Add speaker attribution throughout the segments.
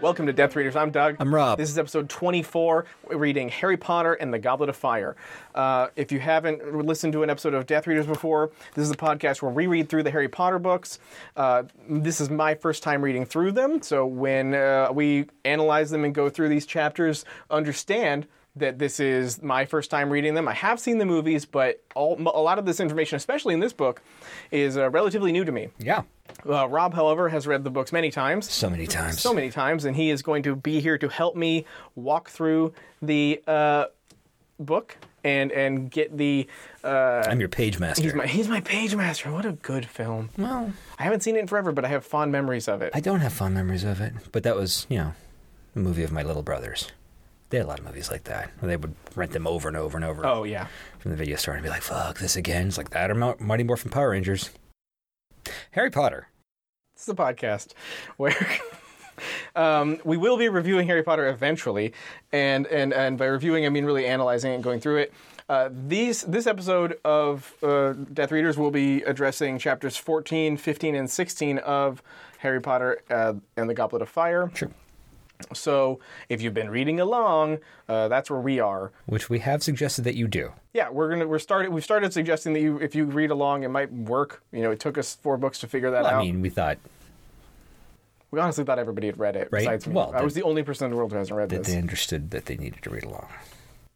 Speaker 1: Welcome to Depth Readers. I'm Doug.
Speaker 2: I'm Rob.
Speaker 1: This is episode 24. We're reading Harry Potter and the Goblet of Fire. Uh, if you haven't listened to an episode of Death Readers before, this is a podcast where we read through the Harry Potter books. Uh, this is my first time reading through them, so when uh, we analyze them and go through these chapters, understand that this is my first time reading them. I have seen the movies, but all, a lot of this information, especially in this book, is uh, relatively new to me.
Speaker 2: Yeah.
Speaker 1: Uh, Rob, however, has read the books many times
Speaker 2: So many times.
Speaker 1: so many times, and he is going to be here to help me walk through the uh, book and and get the. Uh,
Speaker 2: I'm your page master.
Speaker 1: he's my he's my page master. What a good film!
Speaker 2: well,
Speaker 1: I haven't seen it in forever, but I have fond memories of it.
Speaker 2: I don't have fond memories of it, but that was, you know, a movie of my little brothers. They had a lot of movies like that. where They would rent them over and over and over
Speaker 1: oh yeah,
Speaker 2: from the video store and be like, fuck, this again. It's like that or Mo- Mighty Morphin Power Rangers. Harry Potter.
Speaker 1: it's the podcast where. Um, we will be reviewing Harry Potter eventually, and, and, and by reviewing I mean really analyzing it and going through it. Uh, these this episode of uh, Death Readers will be addressing chapters 14, 15, and 16 of Harry Potter uh, and the Goblet of Fire.
Speaker 2: Sure.
Speaker 1: So if you've been reading along, uh, that's where we are.
Speaker 2: Which we have suggested that you do.
Speaker 1: Yeah, we're gonna we're started we've started suggesting that you if you read along it might work. You know, it took us four books to figure that
Speaker 2: Well,
Speaker 1: out.
Speaker 2: I mean, we thought
Speaker 1: we honestly thought everybody had read it
Speaker 2: Right?
Speaker 1: besides me.
Speaker 2: Well,
Speaker 1: I
Speaker 2: the-
Speaker 1: was the only person in the world who hasn't read
Speaker 2: that
Speaker 1: this.
Speaker 2: they understood that they needed to read along.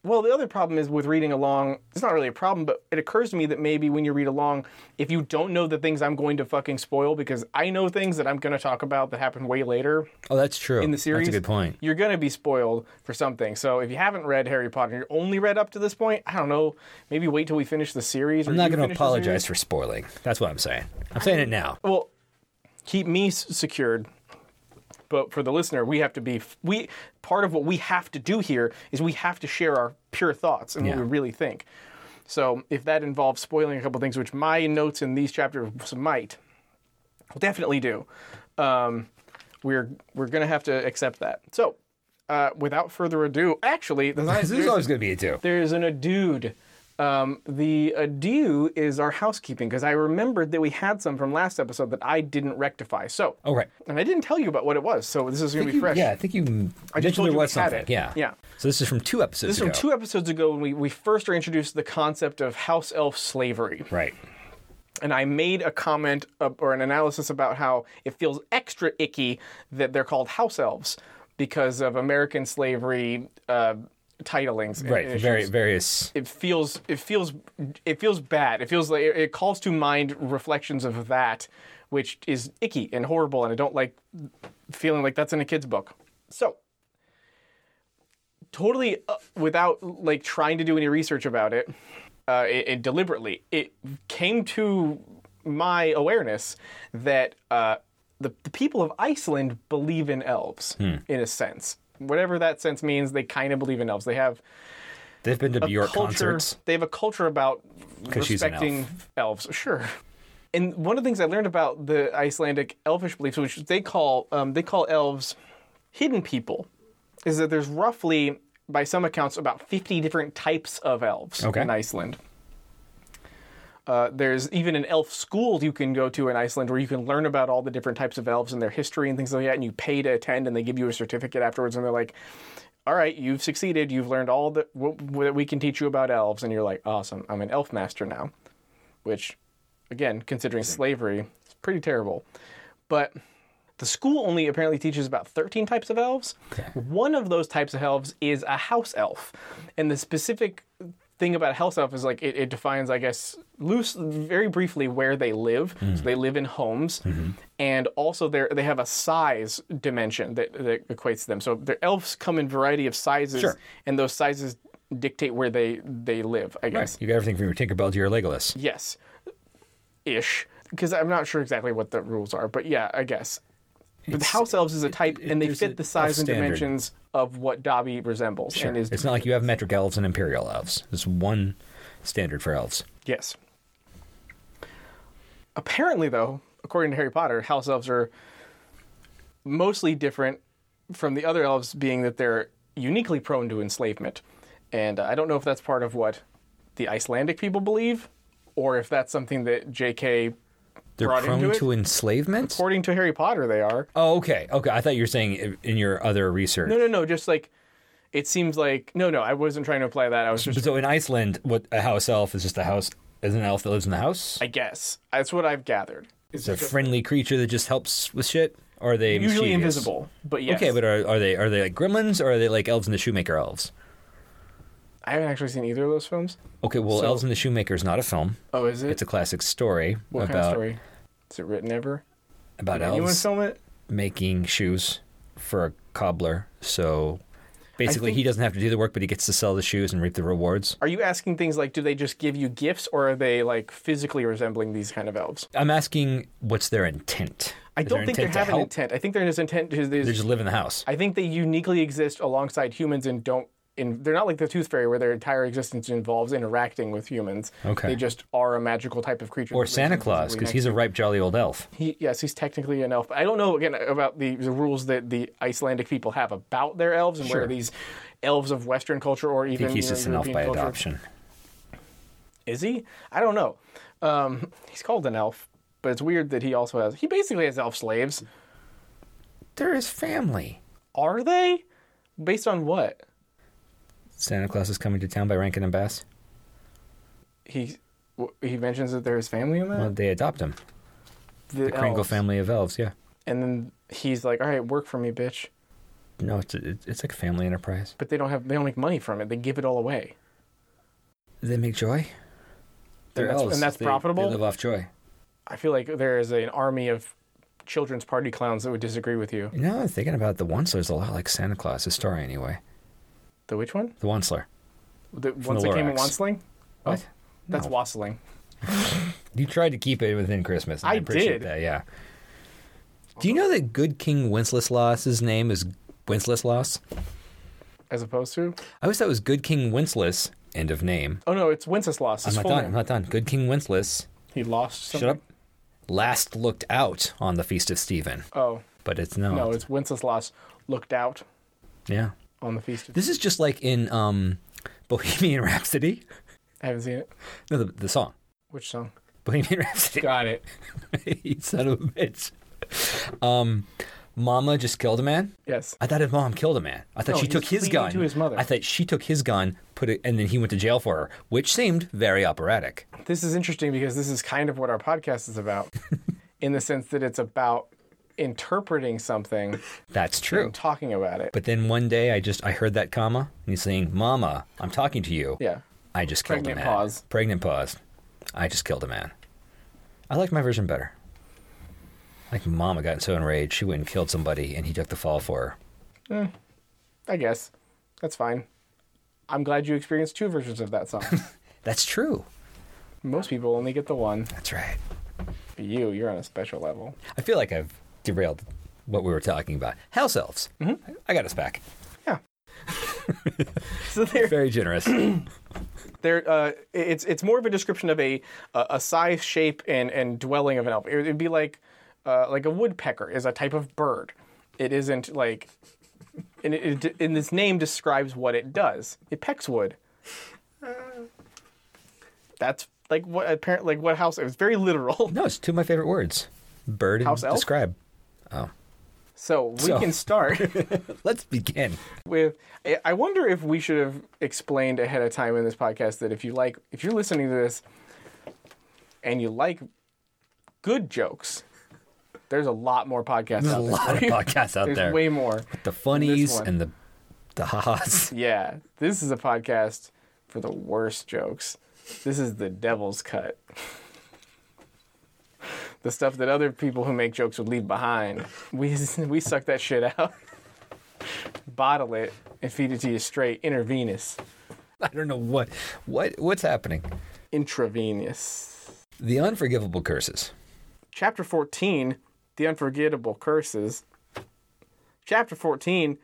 Speaker 1: Well, the other problem is with reading along. It's not really a problem, but it occurs to me that maybe when you read along, if you don't know the things I'm going to fucking spoil because I know things that I'm going to talk about that happen way later,
Speaker 2: Oh, that's true.
Speaker 1: in the series.
Speaker 2: That's a good point.
Speaker 1: You're going to be spoiled for something. So if you haven't read Harry Potter, and you're only read up to this point. I don't know. Maybe wait till we finish the series.
Speaker 2: I'm not going to apologize for spoiling. That's what I'm saying. I'm saying it now.
Speaker 1: Well, keep me s- secured. But for the listener, we have to be f- we part of what we have to do here is we have to share our pure thoughts and what we
Speaker 2: Yeah.
Speaker 1: really think. So if that involves spoiling a couple things, which my notes in these chapters might, will definitely do. Um, we're we're gonna have to accept that. So, uh, without further ado, actually, there's, not,
Speaker 2: This is
Speaker 1: there's,
Speaker 2: always going to be a do.
Speaker 1: there's an adieu. Um, the adieu is our housekeeping because I remembered that we had some from last episode that I didn't rectify. So,
Speaker 2: Oh, right.
Speaker 1: and I didn't tell you about what it was. So this is gonna be fresh.
Speaker 2: Yeah, I think you I
Speaker 1: just told
Speaker 2: mentioned there
Speaker 1: you
Speaker 2: was
Speaker 1: we had
Speaker 2: something.
Speaker 1: it.
Speaker 2: Yeah.
Speaker 1: Yeah.
Speaker 2: So this is from two episodes
Speaker 1: This is from
Speaker 2: ago.
Speaker 1: two episodes ago when we, we first are introduced to the concept of house elf slavery.
Speaker 2: Right.
Speaker 1: e-, and I made a comment uh, or an analysis about how it feels extra icky that they're called house elves because of American slavery uh, titlings. and
Speaker 2: Right.
Speaker 1: issues.
Speaker 2: Very various.
Speaker 1: It feels it feels it feels bad. It feels like it it calls to mind reflections of that, which is icky and horrible, and I don't like feeling like that's in a kid's book. So totally uh, without like trying to do any research about it, uh, it, it deliberately it came to my awareness that uh, the, the people of Iceland believe in elves in a sense. Whatever that sense means, they kind of believe in elves. They have
Speaker 2: They've been to Bjork
Speaker 1: culture.
Speaker 2: concerts.
Speaker 1: They have a culture about
Speaker 2: 'Cause she's an
Speaker 1: respecting elves. Sure. And one of the things I learned about the Icelandic elfish beliefs, which they call um, they call elves hidden people, is that there's roughly, by some accounts, about 50 different types of elves
Speaker 2: Okay.
Speaker 1: in Iceland. Uh, there's even an elf school you can go to in Iceland where you can learn about all the different types of elves and their history and things like that, and you pay to attend, and they give you a certificate afterwards, and they're like, "All right, you've succeeded. You've learned all that w- w- that we can teach you about elves," and you're like, "Awesome! I'm an elf master now," which, again, considering slavery, is pretty terrible. But the school only apparently teaches about 13 types of elves. One of those types of elves is a house elf. And the specific thing about a house elf is like it, it defines, I guess, loose, very briefly, where they live. So they live in homes. And also they they have a size dimension that, that equates to them. So their elves come in variety of sizes.
Speaker 2: Sure.
Speaker 1: And those sizes dictate where they, they live, I guess.
Speaker 2: You got everything from your Tinkerbell to your Legolas.
Speaker 1: Yes. Ish. Because I'm not sure exactly what the rules are, but yeah, I guess. But the house elves is a type,
Speaker 2: it-
Speaker 1: and they
Speaker 2: there's
Speaker 1: fit
Speaker 2: a-
Speaker 1: the
Speaker 2: a
Speaker 1: size and
Speaker 2: standard.
Speaker 1: dimensions of what Dobby resembles. And is,
Speaker 2: It's not like you have metric elves and imperial elves. There's one standard for elves.
Speaker 1: yes. Apparently, though, according to Harry Potter, house elves are mostly different from the other elves, being that they're uniquely prone to enslavement. And uh, I don't know if that's part of what the Icelandic people believe, or if that's something that J.K.
Speaker 2: They're
Speaker 1: brought
Speaker 2: prone
Speaker 1: into it.
Speaker 2: to enslavement.
Speaker 1: According to Harry Potter, they are.
Speaker 2: Oh, okay, okay. I thought you were saying i- in your other research.
Speaker 1: No, no, no. Just like it seems like no, no. I wasn't trying to apply that. I was just.
Speaker 2: So in Iceland, what a house elf is just a house is an elf that lives in the house.
Speaker 1: I guess that's what I've gathered.
Speaker 2: It's a friendly creature that just helps with shit. Or are they
Speaker 1: Usually
Speaker 2: mischievous?
Speaker 1: invisible, but yes.
Speaker 2: Okay, but are, are they are they like gremlins or are they like elves and the shoemaker elves?
Speaker 1: I haven't actually seen either of those films.
Speaker 2: Okay, well,
Speaker 1: So-
Speaker 2: Elves and the Shoemaker is not a film.
Speaker 1: Oh, is it?
Speaker 2: It's a classic story
Speaker 1: what
Speaker 2: about
Speaker 1: kind of story? Is it written ever?
Speaker 2: about
Speaker 1: Did anyone
Speaker 2: elves
Speaker 1: film it?
Speaker 2: making shoes for a cobbler. So basically,
Speaker 1: think-
Speaker 2: he doesn't have to do the work, but he gets to sell the shoes and reap the rewards.
Speaker 1: Are you asking things like, do they just give you gifts, or are they like physically resembling these kind of elves?
Speaker 2: I'm asking, what's their intent?
Speaker 1: I
Speaker 2: Is
Speaker 1: don't
Speaker 2: their
Speaker 1: think they
Speaker 2: intent to
Speaker 1: have an
Speaker 2: help?
Speaker 1: intent. I think they're just intent. To,
Speaker 2: They just live in the house.
Speaker 1: I think they uniquely exist alongside humans and don't. In, they're not like the Tooth Fairy, where their entire existence involves interacting with humans.
Speaker 2: Okay.
Speaker 1: They just are a magical type of creature.
Speaker 2: Or
Speaker 1: that lives
Speaker 2: Santa Claus,
Speaker 1: invisibly
Speaker 2: because
Speaker 1: next
Speaker 2: he's a ripe, jolly old elf.
Speaker 1: He, yes, he's technically an elf. But I don't know again about the, the rules that the Icelandic people have about their elves and
Speaker 2: Sure.
Speaker 1: where these elves of Western culture or
Speaker 2: I
Speaker 1: even
Speaker 2: think he's
Speaker 1: you know,
Speaker 2: just an elf
Speaker 1: European
Speaker 2: by
Speaker 1: culture.
Speaker 2: adoption.
Speaker 1: Is he? I don't know. Um, he's called an elf, but it's weird that he also has. He basically has elf slaves.
Speaker 2: They're his family.
Speaker 1: Are they? Based on what?
Speaker 2: Santa Claus is coming to town by Rankin and Bass.
Speaker 1: He w- he mentions that they're his family in that.
Speaker 2: Well, they adopt him.
Speaker 1: the
Speaker 2: The Kringle
Speaker 1: elves.
Speaker 2: family of elves, yeah.
Speaker 1: And then he's like, "All right, work for me, bitch."
Speaker 2: No, it's it's like a family enterprise.
Speaker 1: But they don't have. They don't make money from it. They give it all away.
Speaker 2: They make joy. They're
Speaker 1: that's-
Speaker 2: elves.
Speaker 1: and that's
Speaker 2: They-
Speaker 1: profitable?
Speaker 2: They live off joy.
Speaker 1: I feel like there is an army of children's party clowns that would disagree with you.
Speaker 2: You know, I'm thinking about the Onceler's a lot like Santa Claus, his story anyway.
Speaker 1: The which one?
Speaker 2: The Onceler.
Speaker 1: The ones that came in
Speaker 2: Lorax.
Speaker 1: Wansling? Oh,
Speaker 2: What?
Speaker 1: That's
Speaker 2: No.
Speaker 1: wassailing.
Speaker 2: You tried to keep it within Christmas. and
Speaker 1: I
Speaker 2: I appreciate
Speaker 1: did.
Speaker 2: that, yeah. Do you know that good King Wenceslaus's name is Wenceslaus?
Speaker 1: As opposed to?
Speaker 2: I always thought it was good King Wenceslas, end of name.
Speaker 1: Oh no, it's Wenceslas.
Speaker 2: I'm
Speaker 1: His
Speaker 2: not
Speaker 1: full
Speaker 2: done.
Speaker 1: name.
Speaker 2: I'm not done. Good King Wenceslas.
Speaker 1: He lost. Something.
Speaker 2: Shut up. Last looked out on the Feast of Stephen.
Speaker 1: Oh
Speaker 2: But it's no.
Speaker 1: no, it's Wenceslas looked out
Speaker 2: yeah.
Speaker 1: on the feast. Of...
Speaker 2: This is just like in um, Bohemian Rhapsody.
Speaker 1: I haven't seen it.
Speaker 2: No, the, the song.
Speaker 1: Which song?
Speaker 2: Bohemian Rhapsody.
Speaker 1: Got it.
Speaker 2: you son of a bitch. Um, Mama just killed a man.
Speaker 1: Yes.
Speaker 2: I thought his mom killed a man. I thought
Speaker 1: No,
Speaker 2: she
Speaker 1: he
Speaker 2: took
Speaker 1: was
Speaker 2: his
Speaker 1: pleading
Speaker 2: gun.
Speaker 1: to his mother.
Speaker 2: I thought she took his gun, put it, and then he went to jail for her, which seemed very operatic.
Speaker 1: This is interesting because this is kind of what our podcast is about, in the sense that it's about interpreting something
Speaker 2: That's true.
Speaker 1: and talking about it.
Speaker 2: But then one day, I just I heard that comma, and he's saying, "Mama, I'm talking to you."
Speaker 1: yeah.
Speaker 2: I just killed
Speaker 1: Pregnant
Speaker 2: a man.
Speaker 1: pause.
Speaker 2: Pregnant pause. I just killed a man. I like my version better. Like Mama got so enraged, she went and killed somebody, and he took the fall for her.
Speaker 1: I guess. That's fine. I'm glad you experienced two versions of that song.
Speaker 2: That's true.
Speaker 1: Most people only get the one.
Speaker 2: That's right.
Speaker 1: For you, you're on a special level.
Speaker 2: I feel like I've derailed what we were talking about. House elves. Mm-hmm. I got us back.
Speaker 1: Yeah. so they're,
Speaker 2: Very generous.
Speaker 1: they're uh, it's it's more of a description of a a a size, shape, and and dwelling of an elf. It would be like uh, like a woodpecker is a type of bird. It isn't like, and it, it, and this name describes what it does. It pecks wood. That's like what apparently like what house. It's very literal.
Speaker 2: no, it's two of my favorite words. Bird and
Speaker 1: House elf?
Speaker 2: describe.
Speaker 1: So we
Speaker 2: So-
Speaker 1: can start
Speaker 2: Let's begin.
Speaker 1: with. I- I wonder if we should have explained ahead of time in this podcast that if you like, if you're listening to this and you like good jokes, there's a lot more podcasts
Speaker 2: There's a
Speaker 1: out there.
Speaker 2: lot of podcasts out
Speaker 1: There's
Speaker 2: there.
Speaker 1: way more.
Speaker 2: the funnies
Speaker 1: one.
Speaker 2: and the the ha-has.
Speaker 1: Yeah, this is a podcast for the worst jokes. This is the devil's cut. The stuff that other people who make jokes would leave behind. We, we suck that shit out, bottle it, and feed it to you straight intravenous.
Speaker 2: I don't know what what what's happening.
Speaker 1: Intravenous.
Speaker 2: The unforgivable curses.
Speaker 1: Chapter 14 The Unforgettable Curses. Chapter 14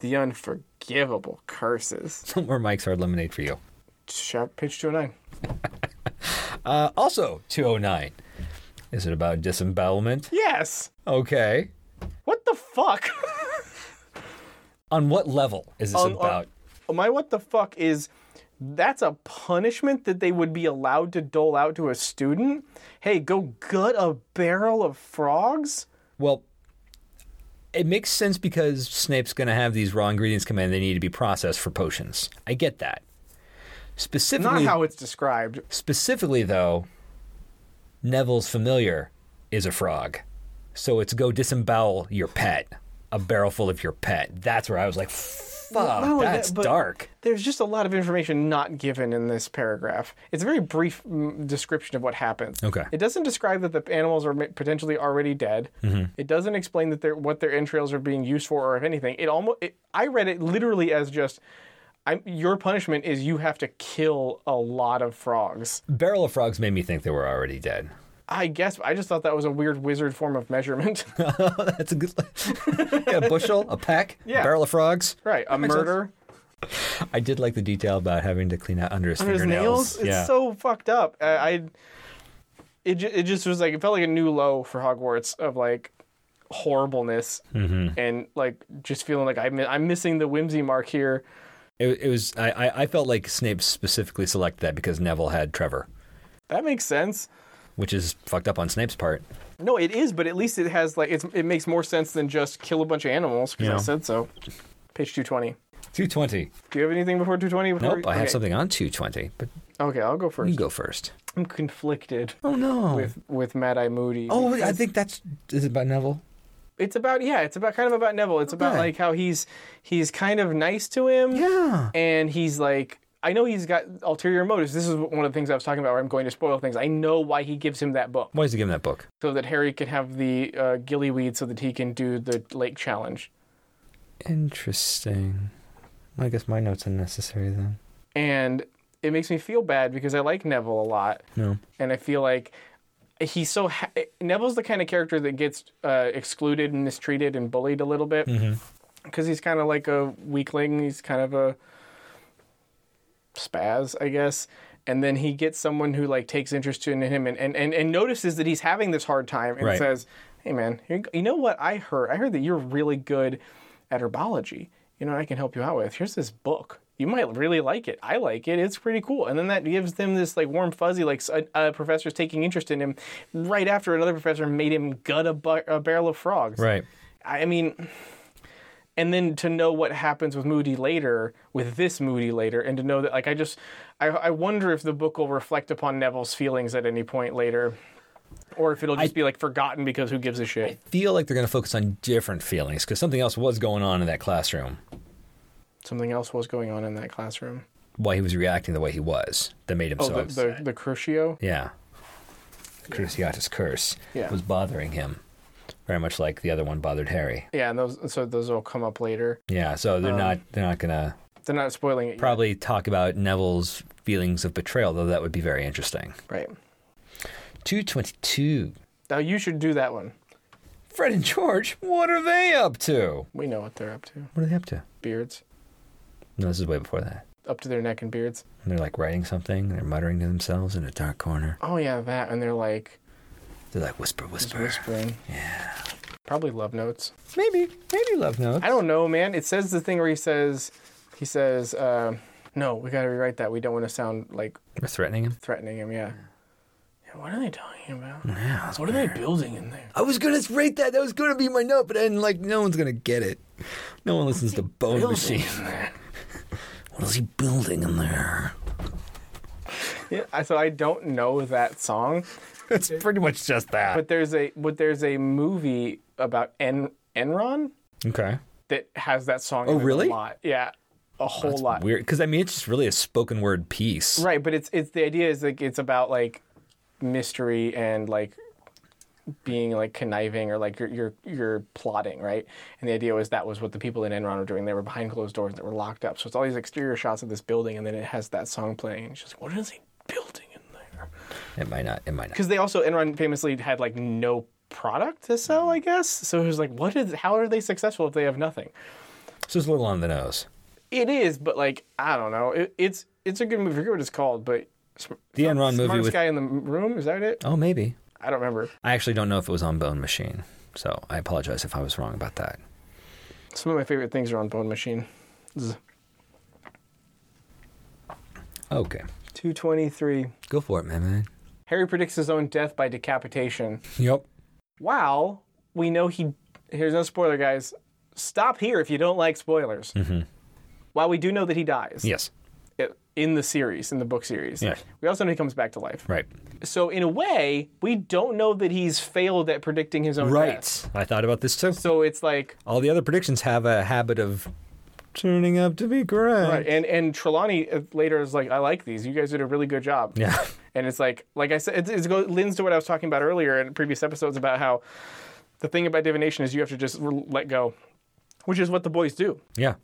Speaker 1: The Unforgivable Curses.
Speaker 2: Some more mics hard lemonade for you.
Speaker 1: Chap- page 209.
Speaker 2: Uh, also 209. Is it about disembowelment?
Speaker 1: Yes!
Speaker 2: Okay.
Speaker 1: What the fuck?
Speaker 2: On what level is this
Speaker 1: On- on-
Speaker 2: about?
Speaker 1: my what the fuck is that's a punishment that they would be allowed to dole out to a student. Hey, go gut a barrel of frogs?
Speaker 2: Well, it makes sense because Snape's going to have these raw ingredients come in. They need to be processed for potions. I get that.
Speaker 1: Not
Speaker 2: Specifically,
Speaker 1: how it's described.
Speaker 2: specifically though, Neville's familiar is a frog, so it's go disembowel your pet, a barrel full of your pet. That's where I was like, fuck,
Speaker 1: not only that,
Speaker 2: that's
Speaker 1: but-
Speaker 2: dark.
Speaker 1: There's just a lot of information not given in this paragraph. It's a very brief mm, description of what happens.
Speaker 2: Okay.
Speaker 1: It doesn't describe that the animals are ma- potentially already dead.
Speaker 2: Mm-hmm.
Speaker 1: It doesn't explain that they're, what their entrails are being used for, or if anything. It almost. It, I read it literally as just, I'm, your punishment is you have to kill a lot of frogs.
Speaker 2: Barrel of frogs made me think they were already dead.
Speaker 1: I guess I just thought that was a weird wizard form of measurement.
Speaker 2: That's a good. yeah, a bushel, a pack,
Speaker 1: Yeah.
Speaker 2: a barrel of frogs.
Speaker 1: right, a
Speaker 2: makes sense.
Speaker 1: murder.
Speaker 2: I did like the detail about having to clean out under his
Speaker 1: Under his
Speaker 2: fingernails.
Speaker 1: nails. It's so fucked up. I, I it ju- it just was like it felt like a new low for Hogwarts of like horribleness
Speaker 2: Mm-hmm.
Speaker 1: and like just feeling like I'm I'm missing the whimsy mark here.
Speaker 2: it, it was. I, I, I felt like Snape specifically selected that because Neville had Trevor,
Speaker 1: That makes sense.
Speaker 2: which is fucked up on Snape's part.
Speaker 1: No, it is, but at least it has like it's it makes more sense than just kill a bunch of animals because I
Speaker 2: Yeah.
Speaker 1: said so. Page two twenty.
Speaker 2: Two twenty.
Speaker 1: Do you have anything before two twenty?
Speaker 2: Nope, I have something on two twenty, but
Speaker 1: Okay, I'll go
Speaker 2: you
Speaker 1: first.
Speaker 2: go first.
Speaker 1: I'm conflicted
Speaker 2: Oh no.
Speaker 1: with with Mad Eye Moody.
Speaker 2: oh, I think that's is it about Neville?
Speaker 1: it's about yeah, it's about kind of about Neville. It's about
Speaker 2: Okay.
Speaker 1: like how he's he's kind of nice to him.
Speaker 2: Yeah.
Speaker 1: And he's like I know he's got ulterior motives. This is one of the things I was talking about where I'm going to spoil things. I know why he gives him that book
Speaker 2: Why is he giving that book?
Speaker 1: so that Harry can have the uh, gillyweed so that he can do the lake challenge.
Speaker 2: Interesting. I guess my note's unnecessary then.
Speaker 1: And it makes me feel bad because I like Neville a lot.
Speaker 2: No.
Speaker 1: and I feel like he's so ha- Neville's the kind of character that gets uh, excluded and mistreated and bullied a little bit because he's kind of like a weakling. He's kind of a spaz, I guess. And then he gets someone who like takes interest in him and and, and, and notices that he's having this hard time and
Speaker 2: Right.
Speaker 1: says, "Hey man, you you know what I heard? I heard that you're really good at herbology. You know what I can help you out with. Here's this book. You might really like it. I like it. It's pretty cool." And then that gives them this like warm fuzzy like s- a, a professor's taking interest in him right after another professor made him gut a, bu- a barrel of frogs.
Speaker 2: Right.
Speaker 1: I mean, and then to know what happens with Moody later, with this Moody later, and to know that, like, I just, I, I wonder if the book will reflect upon Neville's feelings at any point later, or if it'll just be like forgotten because who gives a shit?
Speaker 2: Feel like they're going to focus on different feelings because something else was going on in that classroom.
Speaker 1: Something else was going on in that classroom.
Speaker 2: Why he was reacting the way he was that made him
Speaker 1: Oh,
Speaker 2: so
Speaker 1: the,
Speaker 2: upset.
Speaker 1: the the Crucio.
Speaker 2: Yeah. Cruciatus curse
Speaker 1: Yeah.
Speaker 2: was bothering him, very much like the other one bothered Harry.
Speaker 1: Yeah, and those so those will come up later.
Speaker 2: Yeah, so
Speaker 1: Um,
Speaker 2: they're not they're not gonna
Speaker 1: They're not spoiling it,
Speaker 2: probably talk about Neville's feelings of betrayal, though that would be very interesting.
Speaker 1: yet. right?
Speaker 2: Two twenty two.
Speaker 1: Now you should do that one.
Speaker 2: Fred and George, what are they up to?
Speaker 1: We know what they're up to.
Speaker 2: What are they up to?
Speaker 1: Beards
Speaker 2: No, this is way before that.
Speaker 1: up to their neck in beards.
Speaker 2: And they're like writing something, and they're muttering to themselves in a dark corner.
Speaker 1: Oh yeah, that. And they're like
Speaker 2: They're like whisper,
Speaker 1: just
Speaker 2: whisper.
Speaker 1: whispering. Yeah. Probably love notes.
Speaker 2: Maybe, maybe love notes.
Speaker 1: I don't know, man. It says the thing where he says, he says, uh, no, we gotta rewrite that. We don't want to sound like
Speaker 2: We're threatening him.
Speaker 1: threatening him. Yeah. yeah. What are they talking about?
Speaker 2: Yeah, that's
Speaker 1: What are they building in there?
Speaker 2: I was gonna rate that. That was gonna be my note, but then like no one's gonna get it. No one listens to Bone
Speaker 1: Building
Speaker 2: Machine.
Speaker 1: in there.
Speaker 2: What is he building in there?
Speaker 1: Yeah, I- so I don't know that song,
Speaker 2: It's pretty much just that.
Speaker 1: but there's a but there's a movie about En Enron
Speaker 2: Okay.
Speaker 1: that has that song. in
Speaker 2: Oh,
Speaker 1: it
Speaker 2: really?
Speaker 1: A lot. Yeah, a whole
Speaker 2: That's
Speaker 1: lot.
Speaker 2: weird because I mean it's just really a spoken word piece.
Speaker 1: Right, but it's it's the idea is like it's about like mystery and like being like conniving or like you're you're, you're plotting, right? And the idea was that was what the people in Enron were doing. They were behind closed doors that were locked up. So it's all these exterior shots of this building, and then it has that song playing. And she's like, "What is he building in there?"
Speaker 2: It might not. It might not.
Speaker 1: Because they also Enron famously had like no product to sell, I guess. So it was like, "What is? How are they successful if they have nothing?"
Speaker 2: So it's a little on the nose.
Speaker 1: It is, but like I don't know. It, it's it's a good movie. I forget what it's called, but. sm-
Speaker 2: The Enron movie
Speaker 1: Smartest
Speaker 2: with
Speaker 1: guy in the room is that it?
Speaker 2: oh maybe.
Speaker 1: I don't remember.
Speaker 2: I actually don't know if it was on Bone Machine, so I apologize if I was wrong about that.
Speaker 1: Some of my favorite things are on Bone Machine. Z-
Speaker 2: Okay.
Speaker 1: 223.
Speaker 2: Go for it, man, man.
Speaker 1: Harry predicts his own death by decapitation.
Speaker 2: Yep.
Speaker 1: Wow. We know he. Here's no spoiler, guys. Stop here if you don't like spoilers.
Speaker 2: Mm-hmm.
Speaker 1: While we do know that he dies
Speaker 2: Yes.
Speaker 1: i- in the series, in the book series,
Speaker 2: Yeah.
Speaker 1: we also know he comes back to life.
Speaker 2: Right.
Speaker 1: So, in a way, we don't know that he's failed at predicting his own death.
Speaker 2: Right. I thought about this too.
Speaker 1: So, it's like.
Speaker 2: All the other predictions have a habit of turning up to be correct.
Speaker 1: Right. And, and Trelawney uh, later is like, I like these. You guys did a really good job.
Speaker 2: Yeah.
Speaker 1: And it's like, like I said, it, it goes, lends to what I was talking about earlier in previous episodes about how the thing about divination is you have to just re- let go, which is what the boys do.
Speaker 2: Yeah.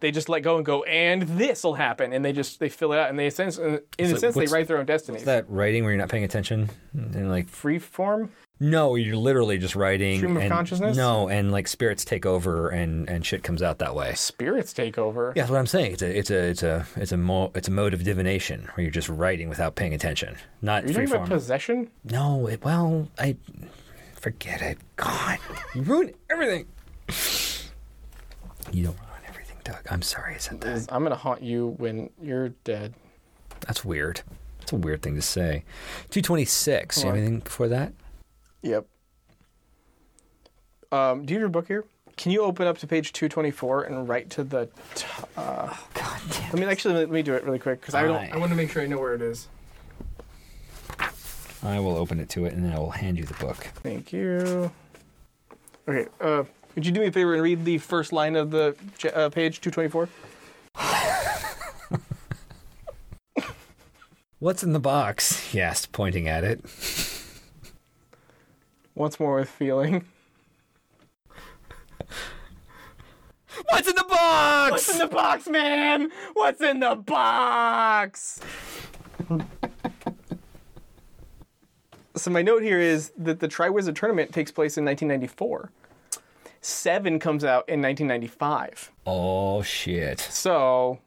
Speaker 1: They just let go and go, and this will happen, and they just they fill it out, and they sense, uh, in a
Speaker 2: like,
Speaker 1: sense, they
Speaker 2: what's-
Speaker 1: write their own destiny.
Speaker 2: That writing where you're not paying attention and like
Speaker 1: Free form,
Speaker 2: no, you're literally just writing
Speaker 1: Stream of
Speaker 2: and-
Speaker 1: consciousness?
Speaker 2: No, and like spirits take over and and shit comes out that way.
Speaker 1: spirits take over.
Speaker 2: Yeah, that's what I'm saying. It's a it's a it's a it's a mo- it's a mode of divination where you're just writing without paying attention, not
Speaker 1: Are you
Speaker 2: free
Speaker 1: talking about
Speaker 2: form.
Speaker 1: possession?
Speaker 2: no, it, well, I forget it. God, you ruined everything. You don't ruin everything, Doug. I'm sorry I said that.
Speaker 1: Is- I'm gonna haunt you when you're dead.
Speaker 2: That's weird. That's a weird thing to say. Two twenty six. You have
Speaker 1: Well, I-
Speaker 2: anything before that?
Speaker 1: Yep. Um, do you have your book here? Can you open up to page 224 and write to the top?
Speaker 2: God damn.
Speaker 1: Let me actually let me do it really quick because I don't.
Speaker 2: Aye.
Speaker 1: I want to make sure I know where it is.
Speaker 2: I will open it to it and I will hand you the book.
Speaker 1: Thank you. Okay. Uh, would you do me a favor and read the first line of the ch- uh, page 224?
Speaker 2: What's in the box? He asked, pointing at it.
Speaker 1: Once more with feeling.
Speaker 2: What's in the box?
Speaker 1: What's in the box, man? What's in the box? so my note here is that the Triwizard Tournament takes place in 1994. Seven comes out in 1995.
Speaker 2: oh shit.
Speaker 1: So,